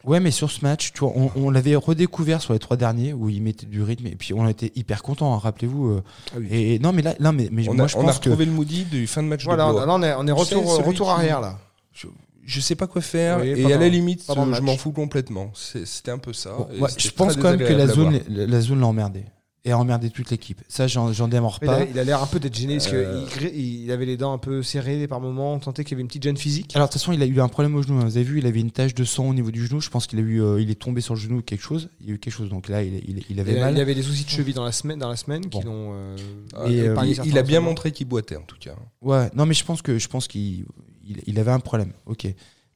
Speaker 4: Ouais, mais sur ce match, tu vois, on, on l'avait redécouvert sur les trois derniers où il mettait du rythme et puis on était hyper content. rappelez-vous. euh,
Speaker 2: Ah
Speaker 4: et, et non, mais là, là mais, mais
Speaker 5: On
Speaker 4: moi,
Speaker 5: a,
Speaker 4: je
Speaker 5: on a
Speaker 4: pense que
Speaker 5: retrouvé le Moody du fin de match
Speaker 2: Voilà,
Speaker 5: de
Speaker 2: on-
Speaker 5: Blois.
Speaker 2: là on est, on est retour,
Speaker 5: C'est celui
Speaker 2: retour
Speaker 5: qui-
Speaker 2: arrière là.
Speaker 5: je, je sais pas quoi faire
Speaker 2: Oui,
Speaker 5: et
Speaker 2: pendant-
Speaker 5: à la limite
Speaker 2: pendant le
Speaker 5: je
Speaker 2: match.
Speaker 5: m'en fous complètement C'est- c'était un peu ça
Speaker 4: Bon,
Speaker 5: Et
Speaker 4: ouais,
Speaker 5: c'était
Speaker 4: je pense
Speaker 5: très
Speaker 4: quand même que la
Speaker 5: désagréable à voir.
Speaker 4: zone, la, la zone l'a emmerdé et a emmerdé toute l'équipe. Ça, j'en, j'en démords
Speaker 2: Mais Il
Speaker 4: pas.
Speaker 2: a, il a l'air un peu d'être gêné parce qu'il
Speaker 5: Euh.
Speaker 2: il avait les dents un peu serrées par moments. On sentait qu'il y avait une petite gêne physique.
Speaker 4: Alors de toute façon, il a eu un problème au genou. hein. Vous avez vu, il avait une tache de sang au niveau du genou. Je pense qu'il a eu, euh, il est tombé sur le genou ou quelque chose. Il y a eu quelque chose. Donc là, il, il- il avait
Speaker 2: Il, a-
Speaker 4: mal.
Speaker 2: il avait des soucis de cheville dans la semaine, dans la semaine qui
Speaker 4: Bon.
Speaker 2: l'ont. euh,
Speaker 5: Ah,
Speaker 4: Et,
Speaker 5: et
Speaker 4: euh,
Speaker 5: il,
Speaker 2: épargné
Speaker 5: il a
Speaker 2: certains
Speaker 5: bien
Speaker 2: entraînements.
Speaker 5: montré qu'il boitait en tout cas
Speaker 4: Ouais. Non, mais je pense que, je pense qu'il, il, il avait un problème. Ok.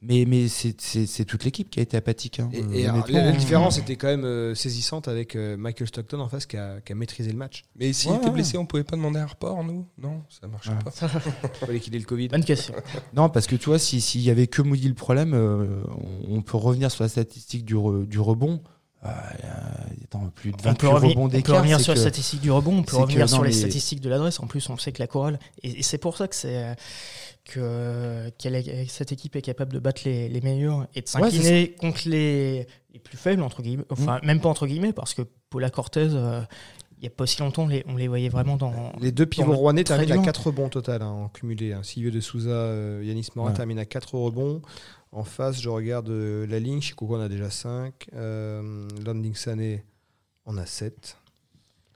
Speaker 4: Mais, mais c'est, c'est- c'est toute l'équipe qui a été apathique. hein.
Speaker 2: Et,
Speaker 4: Euh,
Speaker 2: et alors,
Speaker 4: honnêtement,
Speaker 2: la, la
Speaker 4: hein.
Speaker 2: différence était quand même euh, saisissante avec euh, Michael Stockton en face qui a, qui a maîtrisé le match.
Speaker 5: mais s'il
Speaker 4: Ouais,
Speaker 5: était
Speaker 4: ouais.
Speaker 5: blessé on pouvait pas demander un report nous non ça marchait
Speaker 4: Ouais.
Speaker 5: pas
Speaker 2: Il fallait qu'il ait le Covid.
Speaker 3: Bonne question.
Speaker 4: Non, parce que tu vois, si- s'il y avait que Moody le problème, euh, on, on peut revenir sur la statistique du, re- du rebond. Euh, attends, plus de
Speaker 3: On
Speaker 4: 28
Speaker 3: peut revenir,
Speaker 4: rebonds
Speaker 3: on peut
Speaker 4: d'écart.
Speaker 3: revenir
Speaker 4: c'est
Speaker 3: sur les
Speaker 4: que-
Speaker 3: statistiques du rebond, on
Speaker 4: c'est
Speaker 3: peut
Speaker 4: que
Speaker 3: revenir
Speaker 4: dans
Speaker 3: sur les
Speaker 4: les-
Speaker 3: statistiques de l'adresse. En plus, on sait que la chorale, et, et c'est pour ça que c'est euh, que euh, qu'elle est- cette équipe est capable de battre les, les meilleurs et de
Speaker 4: Ouais, c'est Mm.
Speaker 3: s'incliner contre les, les plus faibles entre guillemets. Enfin, même pas entre guillemets, parce que Paula Cortez, euh, il n'y a pas si longtemps, on les, on les voyait vraiment dans.
Speaker 2: Les deux pivots
Speaker 3: Dans-
Speaker 2: rouennais
Speaker 3: très
Speaker 2: terminent à
Speaker 3: dur.
Speaker 2: 4 rebonds total hein, en cumulé. Hein. Silvio de Souza, euh, Yanis Morin
Speaker 4: Ouais.
Speaker 2: termine à 4 rebonds. En face, je regarde euh, la ligne. Chikoko en a déjà 5. Euh, Landing Sané en a 7.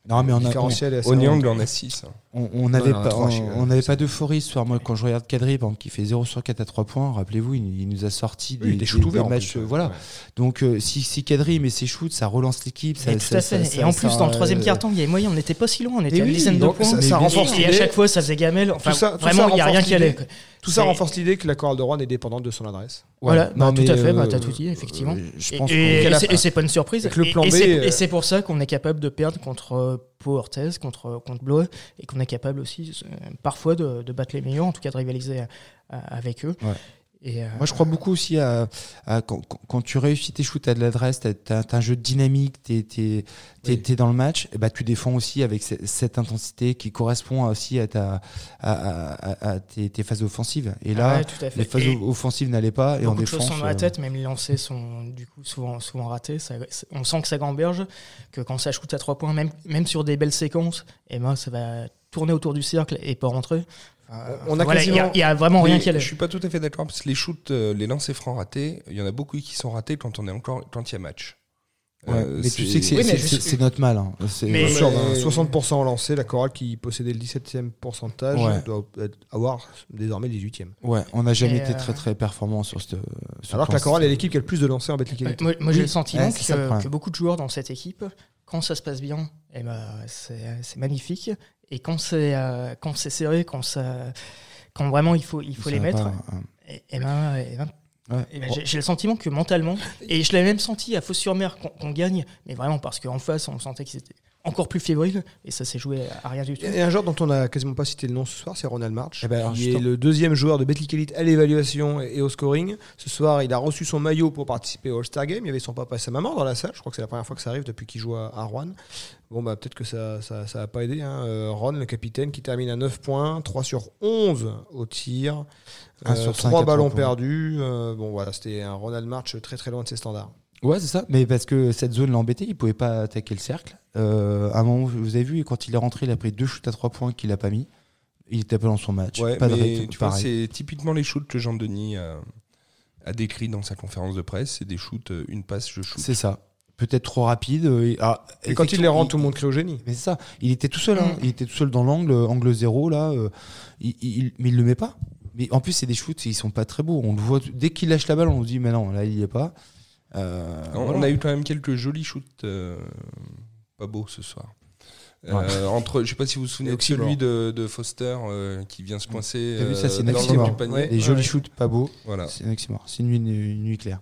Speaker 4: Non, mais on
Speaker 2: le
Speaker 4: a- on-
Speaker 2: différentiel est assez
Speaker 5: Onyang
Speaker 2: grand.
Speaker 5: en a hein. 6
Speaker 4: On on n'avait
Speaker 2: non,
Speaker 4: pas,
Speaker 2: trois,
Speaker 4: on-
Speaker 2: je-
Speaker 4: on n'avait pas d'euphorie ce soir. Moi, quand je regarde Kadri, par exemple, qui fait 0 sur 4 à 3 points, rappelez-vous, il, il nous a sorti des,
Speaker 2: Oui,
Speaker 4: des-
Speaker 2: des shoots
Speaker 4: des
Speaker 2: ouverts. en
Speaker 4: matchs.
Speaker 2: plus,
Speaker 4: euh,
Speaker 2: ouais.
Speaker 4: voilà. Donc, euh, si, si Kadri met ses shoots, ça relance l'équipe. Ça,
Speaker 3: Mais tout
Speaker 4: ça-
Speaker 3: à fait.
Speaker 4: ça-
Speaker 3: et
Speaker 4: ça-
Speaker 3: en
Speaker 4: ça,
Speaker 3: plus, dans le
Speaker 4: euh,
Speaker 3: troisième quart-temps, il y avait moyen, on n'était pas si loin, on était
Speaker 2: Mais
Speaker 3: à une
Speaker 2: oui,
Speaker 3: dizaine de
Speaker 2: donc,
Speaker 3: points.
Speaker 2: ça- ça
Speaker 3: Et-
Speaker 2: renforce
Speaker 3: et, à
Speaker 2: l'idée.
Speaker 3: chaque fois, ça faisait gamelle. Enfin,
Speaker 2: ça- tout ça
Speaker 3: vraiment, il n'y a rien
Speaker 2: renforce
Speaker 3: qui allait.
Speaker 2: l'idée. Tout ça
Speaker 3: C'est-
Speaker 2: renforce l'idée que la chorale de Rouen est dépendante de son adresse.
Speaker 4: ouais.
Speaker 3: Voilà,
Speaker 4: Non,
Speaker 3: bah, tout
Speaker 4: mais,
Speaker 3: à fait, bah,
Speaker 4: euh,
Speaker 3: t'as tout dit, effectivement.
Speaker 4: euh, Je
Speaker 3: Et-
Speaker 4: pense
Speaker 3: et
Speaker 4: qu'on-
Speaker 3: et c'est- et c'est pas une surprise.
Speaker 2: Avec le
Speaker 3: Et-
Speaker 2: plan
Speaker 3: et
Speaker 2: B,
Speaker 3: c'est-
Speaker 2: euh,
Speaker 3: et c'est pour ça qu'on est capable de perdre contre euh, Pau Orthez, contre, euh, contre Blois, et qu'on est capable aussi euh, parfois de, de battre les meilleurs, en tout cas de rivaliser euh, avec eux.
Speaker 4: Ouais.
Speaker 3: Et, euh,
Speaker 4: Moi, je crois beaucoup aussi à, à quand, quand- quand tu réussis tes shoots, t'as de l'adresse, t'as, t'as- t'as un jeu dynamique, t'es, t'es, t'es-
Speaker 2: Oui.
Speaker 4: t'es dans le match, et bah, tu défends aussi avec ce- cette intensité qui correspond aussi à, ta, à, à- à- à tes, tes phases offensives. Et là,
Speaker 3: Ah ouais, tout à fait.
Speaker 4: les phases
Speaker 3: Et-
Speaker 4: offensives n'allaient pas, et en
Speaker 3: Beaucoup de choses
Speaker 4: défense.
Speaker 3: sont dans la
Speaker 4: euh,
Speaker 3: tête, même les lancers sont du coup souvent, souvent ratés. Ça- c'est- on sent que ça gamberge, que quand ça shoot à trois points, même, même sur des belles séquences, et ben, ça va tourner autour du cercle et pas rentrer.
Speaker 2: on a
Speaker 3: Voilà, Il y
Speaker 2: quasiment-
Speaker 3: a- il y, a vraiment rien
Speaker 5: Mais
Speaker 3: qui allait.
Speaker 5: Je suis pas tout à fait d'accord parce que les shoots, euh, les lancers francs ratés, il y en a beaucoup qui sont ratés quand on est encore quand il y a match.
Speaker 4: Ouais,
Speaker 5: Euh,
Speaker 4: mais tu sais que c'est
Speaker 3: Oui, mais
Speaker 4: c'est-
Speaker 3: je
Speaker 4: c'est-
Speaker 3: suis-
Speaker 4: c'est notre mal. hein. C'est-
Speaker 3: Mais-
Speaker 2: Sur
Speaker 5: mais-
Speaker 2: 60% en lancé, la chorale qui possédait le 17e pourcentage
Speaker 4: Ouais.
Speaker 2: doit être- avoir désormais le 18e.
Speaker 4: Ouais, on n'a jamais
Speaker 3: Mais,
Speaker 4: été
Speaker 3: euh,
Speaker 4: très très performant sur ce. sur
Speaker 2: Alors que la
Speaker 4: ce-
Speaker 2: chorale est l'équipe qui a le plus de lancers en Betclic
Speaker 3: Ouais,
Speaker 2: Elite.
Speaker 3: Bah, Moi, moi, j'ai
Speaker 4: Oui.
Speaker 3: le sentiment
Speaker 4: Ouais, c'est ça le
Speaker 3: que,
Speaker 4: problème.
Speaker 3: que beaucoup de joueurs dans cette équipe, quand ça se passe bien, eh ben, c'est c'est magnifique. Et quand c'est euh, quand c'est serré, quand, ça, quand vraiment il faut, il faut
Speaker 4: ça
Speaker 3: les
Speaker 4: va
Speaker 3: mettre,
Speaker 4: pas, hein.
Speaker 3: eh- eh ben, eh ben,
Speaker 4: Ouais.
Speaker 3: Et là, J'ai j'ai le sentiment que mentalement, et je l'avais même senti à Fos-sur-Mer qu'on qu'on gagne, mais vraiment parce qu'en face, on sentait que c'était encore plus fébrile, et ça s'est joué à rien du tout.
Speaker 2: Et un joueur dont on a quasiment pas cité le nom ce soir, c'est Ronald March.
Speaker 4: Eh ben, alors,
Speaker 2: qui est
Speaker 4: justement.
Speaker 2: le deuxième joueur de Betclic Elite à l'évaluation et et au scoring. Ce soir, il a reçu son maillot pour participer au All-Star Game. Il y avait son papa et sa maman dans la salle. Je crois que c'est la première fois que ça arrive depuis qu'il joue à à Rouen. Bon, bah, peut-être que ça ça, ça a pas aidé. hein. Euh, Ron, le capitaine, qui termine à 9 points, 3 sur 11 au tir,
Speaker 4: Un sur cinq,
Speaker 2: 3
Speaker 4: quatre
Speaker 2: ballons
Speaker 4: points.
Speaker 2: perdus. Euh, bon, voilà, c'était un Ronald March très très loin de ses standards.
Speaker 4: Ouais, c'est ça. Mais parce que cette zone l'embêtait, il pouvait pas attaquer le cercle. Euh, à un moment, vous avez vu, quand il est rentré, il a pris deux shoots à trois points qu'il a pas mis. Il était pas dans son match.
Speaker 5: Ouais,
Speaker 4: pas de
Speaker 5: mais
Speaker 4: rythme,
Speaker 5: tu vois,
Speaker 4: pareil.
Speaker 5: c'est typiquement les shoots que Jean-Denis euh, a décrit dans sa conférence de presse. C'est des shoots, euh, une passe, je shoot.
Speaker 4: C'est ça. Peut-être trop rapide. euh, et- ah,
Speaker 2: Et quand il les rend, tout le
Speaker 4: il-
Speaker 2: monde crie au génie.
Speaker 4: Mais c'est ça. Il était tout seul. hein.
Speaker 5: Mm.
Speaker 4: Il était tout seul dans l'angle, euh, angle zéro là. euh, il, il- mais il le met pas. Mais en plus, c'est des shoots, ils sont pas très beaux. On le voit dès qu'il lâche la balle, on se dit mais non, là il y est pas. Euh,
Speaker 2: Bah,
Speaker 5: On,
Speaker 4: voilà.
Speaker 5: on a eu quand même quelques jolis shoots euh, pas beaux ce soir. Euh,
Speaker 4: Ouais.
Speaker 5: entre, je sais pas si vous vous souvenez
Speaker 2: Et
Speaker 5: de celui
Speaker 2: Oxymore.
Speaker 5: de, de Foster euh, qui vient se coincer
Speaker 4: T'as vu, ça,
Speaker 5: euh,
Speaker 4: c'est
Speaker 5: dans
Speaker 4: Maxime.
Speaker 5: le haut du
Speaker 4: Ouais.
Speaker 5: panier. Ah.
Speaker 4: des jolis
Speaker 3: ouais.
Speaker 4: shoots pas beaux.
Speaker 5: Voilà.
Speaker 4: C'est un oxymore. C'est une nuit, une nuit claire.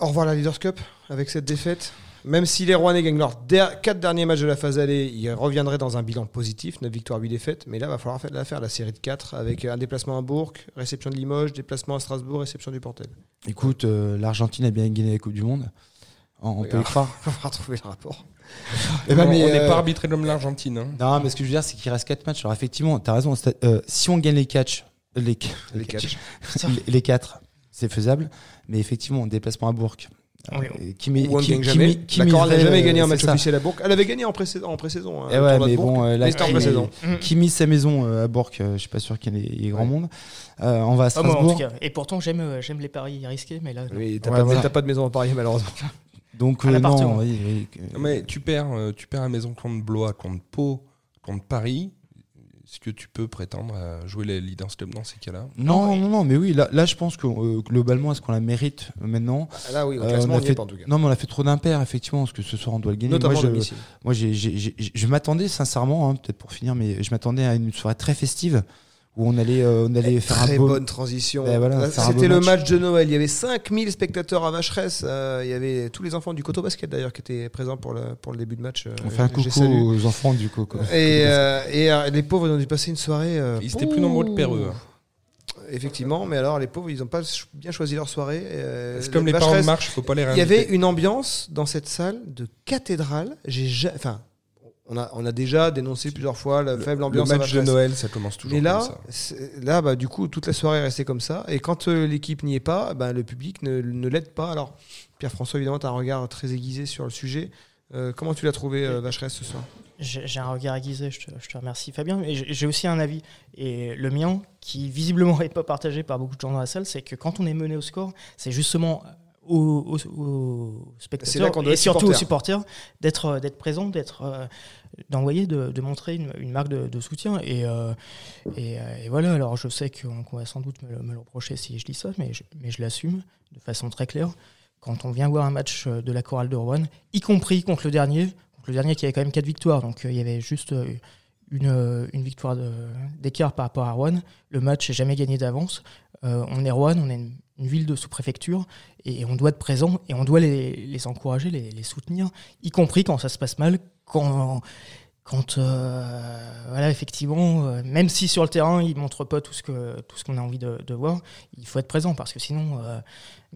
Speaker 2: Au revoir la Leaders Cup avec cette défaite. Même si les Rouennais gagnent leurs der- quatre derniers matchs de la phase aller, ils reviendraient dans un bilan positif, 9 victoires, 8 défaites. Mais là, va falloir faire la, faire la série de 4 avec euh, un déplacement à Bourg, réception de Limoges, déplacement à Strasbourg, réception du Portel. (laughs)
Speaker 4: Écoute, euh, l'Argentine a bien gagné la Coupe du Monde. On, on peut y
Speaker 2: Regarde. (laughs)
Speaker 4: croire.
Speaker 2: On va retrouver le rapport.
Speaker 4: Eh ben,
Speaker 5: on
Speaker 4: mais,
Speaker 5: n'est
Speaker 4: euh,
Speaker 5: pas arbitré comme l'Argentine. hein.
Speaker 4: Non, mais ce que je veux dire, c'est qu'il reste 4 matchs. Alors, effectivement, t'as raison. c'est- euh, si on gagne les catchs, les,
Speaker 2: Les
Speaker 4: les
Speaker 2: catchs.
Speaker 4: catchs, (laughs) les- les 4, c'est faisable. Mais effectivement, déplacement à Bourg. euh,
Speaker 3: Oui.
Speaker 4: et qui met-
Speaker 2: Ou on ne
Speaker 4: qui-
Speaker 2: gagne
Speaker 4: qui
Speaker 2: jamais.
Speaker 4: met- qui
Speaker 2: la Corale n'a
Speaker 4: miserait,
Speaker 2: jamais
Speaker 4: euh,
Speaker 2: gagné un
Speaker 4: c'est
Speaker 2: match
Speaker 4: ça.
Speaker 2: officiel à Bourg. Elle avait gagné en, précédent- en présaison. hein,
Speaker 4: Eh
Speaker 2: le
Speaker 4: ouais,
Speaker 2: tournoi de
Speaker 4: mais
Speaker 2: Bourg.
Speaker 4: bon, euh, là,
Speaker 2: Mais c'était en
Speaker 4: qui,
Speaker 2: présaison.
Speaker 3: Mm.
Speaker 4: qui mise sa maison euh, à Bourg, euh, je suis pas sûr qu'il y ait il y ait grand monde. Euh, on va à
Speaker 3: Ah, moi, en tout
Speaker 4: Strasbourg.
Speaker 3: cas. Et pourtant, j'aime euh, j'aime les paris risqués, mais là, non.
Speaker 2: Oui, t'as
Speaker 4: Ouais,
Speaker 2: pas, de-
Speaker 4: voilà.
Speaker 2: t'as pas de maison à Paris, malheureusement.
Speaker 4: Donc,
Speaker 3: À
Speaker 4: euh, non,
Speaker 3: l'appartement.
Speaker 4: oui, oui, euh,
Speaker 2: Ah,
Speaker 5: Non, mais tu perds, euh, tu perds à maison contre Blois, contre Pau, contre Paris. Est-ce que tu peux prétendre à jouer les Leaders Club dans ces cas-là
Speaker 4: non, non, non, mais oui, là, là je pense que euh, globalement, est-ce qu'on la mérite euh, maintenant
Speaker 2: Là, oui, au
Speaker 4: Euh,
Speaker 2: classement,
Speaker 4: on
Speaker 2: on
Speaker 4: a
Speaker 2: n'y est
Speaker 4: fait-
Speaker 2: pas en tout cas.
Speaker 4: Non, mais on a fait trop d'impairs, effectivement, parce que ce soir, on doit le gagner.
Speaker 2: Notamment à
Speaker 4: moi, je,
Speaker 2: domicile.
Speaker 4: moi, j'ai- j'ai- j'ai- je m'attendais sincèrement, hein, peut-être pour finir, mais je m'attendais à une soirée très festive où on allait, euh, on allait faire
Speaker 2: Eh, Très
Speaker 4: un beau.
Speaker 2: bonne transition.
Speaker 4: Eh voilà,
Speaker 2: Là,
Speaker 4: faire un
Speaker 2: C'était
Speaker 4: beau
Speaker 2: le
Speaker 4: match.
Speaker 2: match de Noël. Il y avait 5000 spectateurs à Vacheresse. Euh, il y avait tous les enfants du Coteau Basket d'ailleurs qui étaient présents pour le, pour le début de match. Euh,
Speaker 4: On fait un
Speaker 2: je les
Speaker 4: coucou
Speaker 2: salue.
Speaker 4: aux enfants du coup. quoi.
Speaker 2: Et, euh, et, euh, les pauvres, ils ont dû passer une soirée. euh,
Speaker 5: Ils étaient plus nombreux que Péreux. hein.
Speaker 2: Effectivement, mais alors les pauvres, ils n'ont pas ch- bien choisi leur soirée. Euh,
Speaker 5: C'est comme les
Speaker 2: Vacheresse,
Speaker 5: parents de hein, marche, faut pas les
Speaker 2: Il y
Speaker 5: réinviter.
Speaker 2: avait une ambiance dans cette salle de cathédrale. J'ai ja- enfin, on a, on a déjà dénoncé plusieurs fois la faible
Speaker 5: Le
Speaker 2: ambiance à
Speaker 5: match de
Speaker 2: Vacheresse.
Speaker 5: Noël, ça commence toujours
Speaker 2: Mais là,
Speaker 5: comme ça.
Speaker 2: c'est- là bah, du coup, toute la soirée est restée comme ça. Et quand euh, l'équipe n'y est pas, bah, le public ne, ne l'aide pas. Alors, Pierre-François, évidemment, tu as un regard très aiguisé sur le sujet. Euh, comment tu l'as trouvé, euh, Vacheresse, ce soir
Speaker 3: J'ai j'ai un regard aiguisé, je te, je te remercie Fabien, mais j'ai j'ai aussi un avis. Et le mien, qui visiblement (laughs) n'est pas partagé par beaucoup de gens dans la salle, c'est que quand on est mené au score, c'est justement aux, aux- aux
Speaker 2: C'est là
Speaker 3: spectateurs
Speaker 2: qu'on doit
Speaker 3: et
Speaker 2: être
Speaker 3: surtout aux
Speaker 2: supporter.
Speaker 3: supporters d'être euh, d'être présent, d'être euh, d'envoyer, de, de montrer une, une marque de, de soutien. Et, euh, et, euh, et voilà, alors je sais qu'on qu'on va sans doute me, le- me le reprocher si je dis ça, mais je, mais je l'assume de façon très claire. Quand on vient voir un match euh, de la chorale de Rouen, y compris contre le dernier, contre le dernier qui avait quand même quatre victoires, donc euh, il y avait juste euh, une, euh, une victoire de- d'écart par rapport à Rouen. Le match n'est jamais gagné d'avance. Euh, on est Rouen, on est une, une ville de sous-préfecture, et on doit être présent, et on doit les, les encourager, les, les soutenir, y compris quand ça se passe mal, quand, quand euh, voilà, effectivement, euh, même si sur le terrain, ils ne montrent pas tout ce que- tout ce qu'on a envie de, de voir, il faut être présent, parce que sinon, euh,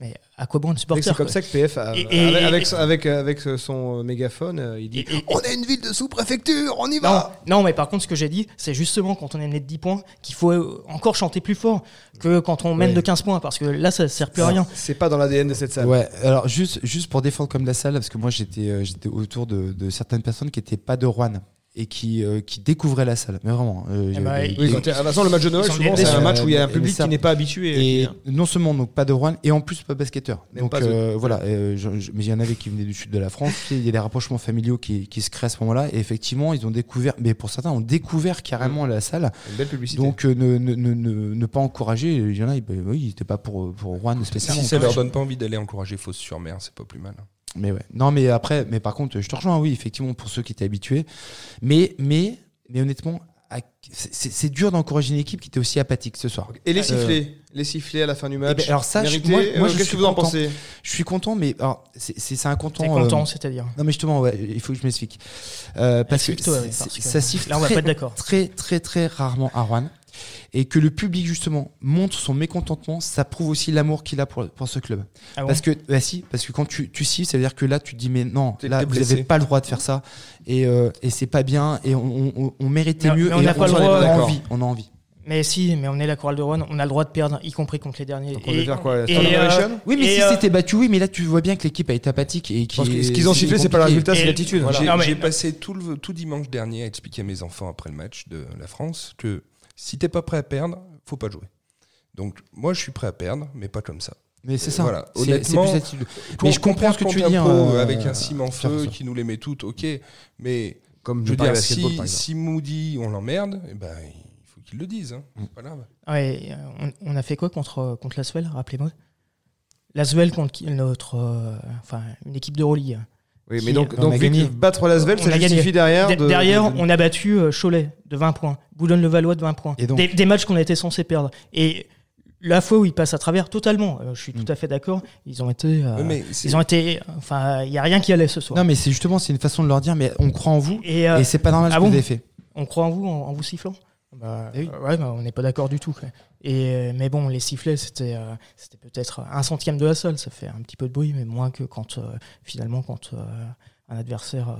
Speaker 3: mais à quoi bon être
Speaker 2: Et
Speaker 3: supporter
Speaker 2: C'est comme
Speaker 3: quoi
Speaker 2: ça que PF, a-
Speaker 3: Et- et-
Speaker 2: avec, avec, avec, avec son euh, mégaphone, euh, il dit
Speaker 3: Et- et-
Speaker 2: On est une ville de sous-préfecture, on y
Speaker 3: Non,
Speaker 2: va
Speaker 3: non, mais par contre, ce que j'ai dit, c'est justement quand on est mené de 10 points qu'il faut euh, encore chanter plus fort que quand on mène
Speaker 4: Oui. Ah.
Speaker 3: de 15 points, parce que là, ça sert plus à rien.
Speaker 2: C'est pas dans l'ADN de cette salle.
Speaker 4: Ouais, alors juste, juste pour défendre comme la salle, parce que moi j'étais euh, j'étais autour de, de certaines personnes qui n'étaient pas de Rouen et qui, euh, qui découvraient la salle. Mais vraiment. euh,
Speaker 3: Eh ben,
Speaker 4: il y
Speaker 2: Oui,
Speaker 4: avait-
Speaker 2: quand t'es- de toute façon, le match de Noël,
Speaker 3: Ils sont
Speaker 2: souvent,
Speaker 3: bien
Speaker 2: c'est un
Speaker 4: déçus.
Speaker 2: match où il y a un
Speaker 4: Mais
Speaker 2: public
Speaker 4: ça-
Speaker 2: qui n'est pas habitué.
Speaker 4: Et
Speaker 2: euh,
Speaker 4: non seulement donc pas de Rouen et en plus pas basketteur.
Speaker 2: Même
Speaker 4: Donc
Speaker 2: pas de-
Speaker 4: euh, voilà, euh, je- je- mais il y en avait qui venaient du sud de la France. tu sais, Il y a des rapprochements familiaux qui, qui se créent à ce moment-là. Et effectivement, ils ont découvert, mais pour certains, ont découvert carrément la salle.
Speaker 2: Une belle publicité.
Speaker 4: Donc euh, ne, ne, ne, ne- ne pas encourager. Il y en a, ils- bah, oui, ils n'étaient pas pour pour Rouen spécialement.
Speaker 5: Si ça leur donne pas envie d'aller encourager Fosse sur mer, c'est pas plus mal.
Speaker 4: Mais ouais. Non, mais après, mais par contre, je te rejoins. Oui, effectivement, pour ceux qui étaient habitués. Mais mais mais honnêtement, à- c'est- c'est c'est dur d'encourager une équipe qui était aussi apathique ce soir.
Speaker 2: Et les
Speaker 4: Euh,
Speaker 2: sifflets, les sifflets à la fin du match.
Speaker 4: eh ben, alors ça, je-
Speaker 2: mérités.
Speaker 4: moi- moi,
Speaker 2: Euh,
Speaker 4: je
Speaker 2: qu'est-ce
Speaker 4: suis
Speaker 2: que vous en
Speaker 4: content.
Speaker 2: pensez
Speaker 4: Je suis content, mais alors, c'est c'est- c'est un content.
Speaker 3: T'es content,
Speaker 4: euh,
Speaker 3: c'est-à-dire.
Speaker 4: non mais justement, ouais, il faut que je m'explique. Euh, parce que,
Speaker 3: Explique-toi, ouais,
Speaker 4: c'est-
Speaker 3: parce que
Speaker 4: ça siffle
Speaker 3: Là, on va
Speaker 4: très- (laughs)
Speaker 3: pas être d'accord.
Speaker 4: très très très rarement à Rouen et que le public justement montre son mécontentement, ça prouve aussi l'amour qu'il a pour, pour ce club.
Speaker 3: Ah bon
Speaker 4: parce que bah si, parce que quand tu tu siffles, ça veut dire que là tu te dis mais non,
Speaker 5: T'es-
Speaker 4: là
Speaker 5: t'es
Speaker 4: vous
Speaker 5: blessé.
Speaker 4: n'avez pas le droit de faire ça et, euh, et c'est pas bien et on, on- on méritait
Speaker 3: Mais-
Speaker 4: mieux
Speaker 3: mais on
Speaker 4: et
Speaker 3: n'a pas le
Speaker 4: en
Speaker 3: droit,
Speaker 4: a
Speaker 2: d'accord.
Speaker 4: envie, on a envie.
Speaker 3: Mais si, mais on est la chorale de Rouen, on a le droit de perdre, y compris contre les derniers.
Speaker 2: Donc on veut
Speaker 3: Et-
Speaker 2: faire quoi
Speaker 3: et,
Speaker 2: Stand
Speaker 3: euh,
Speaker 2: ovation
Speaker 4: Oui mais
Speaker 3: et,
Speaker 4: si
Speaker 3: euh,
Speaker 4: c'était battu oui mais là tu vois bien que l'équipe a été apathique et qui
Speaker 2: Parce que ce qu'ils ont sifflé, c'est pas le
Speaker 4: compliqué.
Speaker 2: résultat, c'est
Speaker 3: Et-
Speaker 2: l'attitude.
Speaker 3: voilà.
Speaker 5: J'ai
Speaker 3: Non, mais-
Speaker 5: j'ai passé tout, le, tout dimanche dernier à expliquer à mes enfants après le match de la France que si t'es pas prêt à perdre, faut pas jouer. Donc moi je suis prêt à perdre, mais pas comme ça.
Speaker 4: Mais c'est ça.
Speaker 5: Voilà,
Speaker 4: C'est- c'est
Speaker 5: honnêtement,
Speaker 4: plus l'attitude.
Speaker 5: Qu'on-
Speaker 4: je comprends
Speaker 5: qu'on
Speaker 4: ce que
Speaker 5: perde
Speaker 4: tu
Speaker 5: contre
Speaker 4: veux
Speaker 5: un
Speaker 4: dire,
Speaker 5: pot
Speaker 4: euh,
Speaker 5: avec un ciment feu
Speaker 4: Pierre, ça.
Speaker 5: qui nous les met toutes, ok. Mais
Speaker 4: Comme
Speaker 5: je veux dire,
Speaker 4: basketball,
Speaker 5: si,
Speaker 4: par exemple.
Speaker 5: si Moody on l'emmerde, eh ben, il faut qu'il le dise. Hein.
Speaker 4: Mm.
Speaker 5: C'est pas grave.
Speaker 3: Ouais, et, euh, on, on a fait quoi contre, euh, contre l'Asvel, rappelez-moi L'Asvel contre qui- notre, euh, enfin, une équipe de Roli.
Speaker 2: Oui, mais
Speaker 3: Qui-
Speaker 2: donc,
Speaker 4: on
Speaker 2: donc
Speaker 4: a
Speaker 2: vu
Speaker 4: gagné.
Speaker 2: que battre Lasvel,
Speaker 3: On
Speaker 2: ça
Speaker 3: a gagné.
Speaker 2: justifie derrière. de-
Speaker 3: derrière,
Speaker 2: de-
Speaker 3: on a battu euh, Cholet de 20 points, Boulogne-le-Valois de 20 points.
Speaker 4: Et donc
Speaker 3: des, des matchs qu'on était censé perdre. Et la fois où ils passent à travers, totalement, euh, je suis tout à fait d'accord, ils ont été. euh,
Speaker 5: Ouais, mais c'est-
Speaker 3: ils ont été. Enfin, il n'y a rien qui allait ce soir.
Speaker 4: Non mais c'est justement c'est une façon de leur dire mais on croit en vous
Speaker 3: et euh,
Speaker 4: et c'est pas normal
Speaker 3: ah
Speaker 4: ce que
Speaker 3: bon
Speaker 4: vous avez fait.
Speaker 3: on croit en vous en, en vous sifflant bah,
Speaker 4: Eh oui.
Speaker 3: euh, ouais, bah, on n'est pas d'accord du tout. quoi. Et, euh, mais bon, les sifflets, c'était euh, c'était peut-être un centième de la seule. Ça fait un petit peu de bruit, mais moins que quand, euh, finalement, quand euh, un adversaire euh,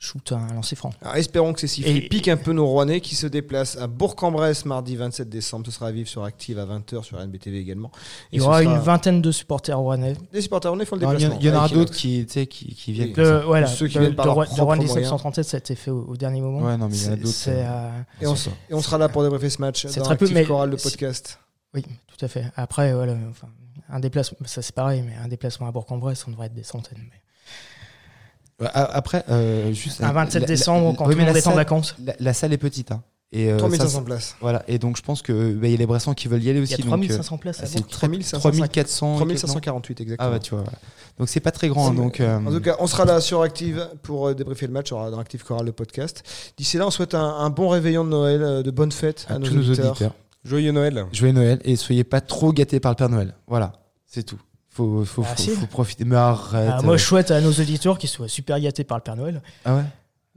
Speaker 3: shoot un lancer franc.
Speaker 2: Alors, espérons que ces sifflets
Speaker 3: Et-
Speaker 2: piquent un peu nos Rouennais qui se déplacent à Bourg-en-Bresse mardi 27 décembre. Ce sera à vivre sur Active à 20h sur NBTV également. Et
Speaker 3: Il y
Speaker 2: ce
Speaker 3: aura
Speaker 2: sera-
Speaker 3: une vingtaine de supporters rouennais.
Speaker 2: Des supporters rouennais font le
Speaker 4: Non, Il y, en-
Speaker 2: déplacement. Ah,
Speaker 4: il y en aura
Speaker 2: Ouais, qui-
Speaker 4: d'autres qui, tu sais, qui, qui viennent.
Speaker 2: Oui.
Speaker 4: comme ça.
Speaker 3: De, voilà,
Speaker 2: Ceux qui
Speaker 3: de,
Speaker 2: viennent par
Speaker 3: de
Speaker 2: leurs
Speaker 3: Rouen- de
Speaker 2: propres
Speaker 3: Rouen
Speaker 2: moyens.
Speaker 3: 1937, ça a été fait au, au dernier moment.
Speaker 4: Ouais, non, mais il y en a
Speaker 3: C'est-
Speaker 4: d'autres.
Speaker 3: c'est, euh,
Speaker 2: Et on, s- et on sera là pour débriefer ce match
Speaker 3: C'est
Speaker 2: dans
Speaker 3: très peu,
Speaker 2: Active
Speaker 3: mais-
Speaker 2: Chorale, le
Speaker 3: si-
Speaker 2: podcast.
Speaker 3: Oui, tout à fait. Après, voilà, enfin, un déplacement, ça c'est pareil, mais un déplacement à Bourg-en-Bresse, on devrait être des centaines. mais-
Speaker 4: Ouais, a- Après, euh, juste.
Speaker 3: Un
Speaker 4: la-
Speaker 3: 27
Speaker 4: la-
Speaker 3: décembre,
Speaker 4: la-
Speaker 3: quand
Speaker 4: oui,
Speaker 3: tout
Speaker 4: mais
Speaker 3: le monde
Speaker 4: la
Speaker 3: est en
Speaker 4: salle-
Speaker 3: vacances.
Speaker 4: La, la salle est petite. Hein. Et, euh, ça,
Speaker 2: 3500
Speaker 4: c'est-
Speaker 2: places.
Speaker 4: voilà. et donc, je pense que bah, il y a les Bressans qui veulent y aller
Speaker 3: Il
Speaker 4: aussi.
Speaker 3: y a
Speaker 4: donc, euh,
Speaker 3: 3500 places. à
Speaker 4: c'est
Speaker 3: Bourg.
Speaker 4: très-
Speaker 2: 3500.
Speaker 4: 3500.
Speaker 2: 3548
Speaker 4: Ah,
Speaker 2: exactement.
Speaker 4: bah, tu vois. voilà. Donc, c'est pas très grand. hein, Donc, euh,
Speaker 2: En tout cas, on sera là sur Active pour euh, débriefer le match aura dans Active Chorale, le podcast. D'ici là, on souhaite un, un bon réveillon de Noël, euh, de bonnes fêtes à,
Speaker 4: à
Speaker 2: nos
Speaker 4: tous nos
Speaker 2: auditeurs.
Speaker 4: auditeurs.
Speaker 5: Joyeux Noël.
Speaker 4: Joyeux Noël et soyez pas trop gâtés par le Père Noël. Voilà, c'est tout. Faut, faut,
Speaker 3: Ah,
Speaker 4: faut,
Speaker 3: si.
Speaker 4: faut profiter. Mais arrête.
Speaker 3: Ah, moi,
Speaker 4: euh.
Speaker 3: je souhaite à nos auditeurs qu'ils soient super gâtés par le Père Noël.
Speaker 4: Ah ouais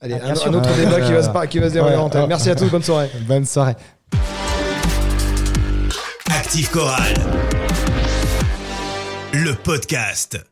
Speaker 2: Allez,
Speaker 3: Ah,
Speaker 2: un,
Speaker 3: bien sûr.
Speaker 2: un autre
Speaker 4: Ouais.
Speaker 2: débat qui va se, par- qui va se dérouler en antenne. Merci à tous, bonne soirée.
Speaker 4: Bonne soirée.
Speaker 1: Active Chorale. Le podcast.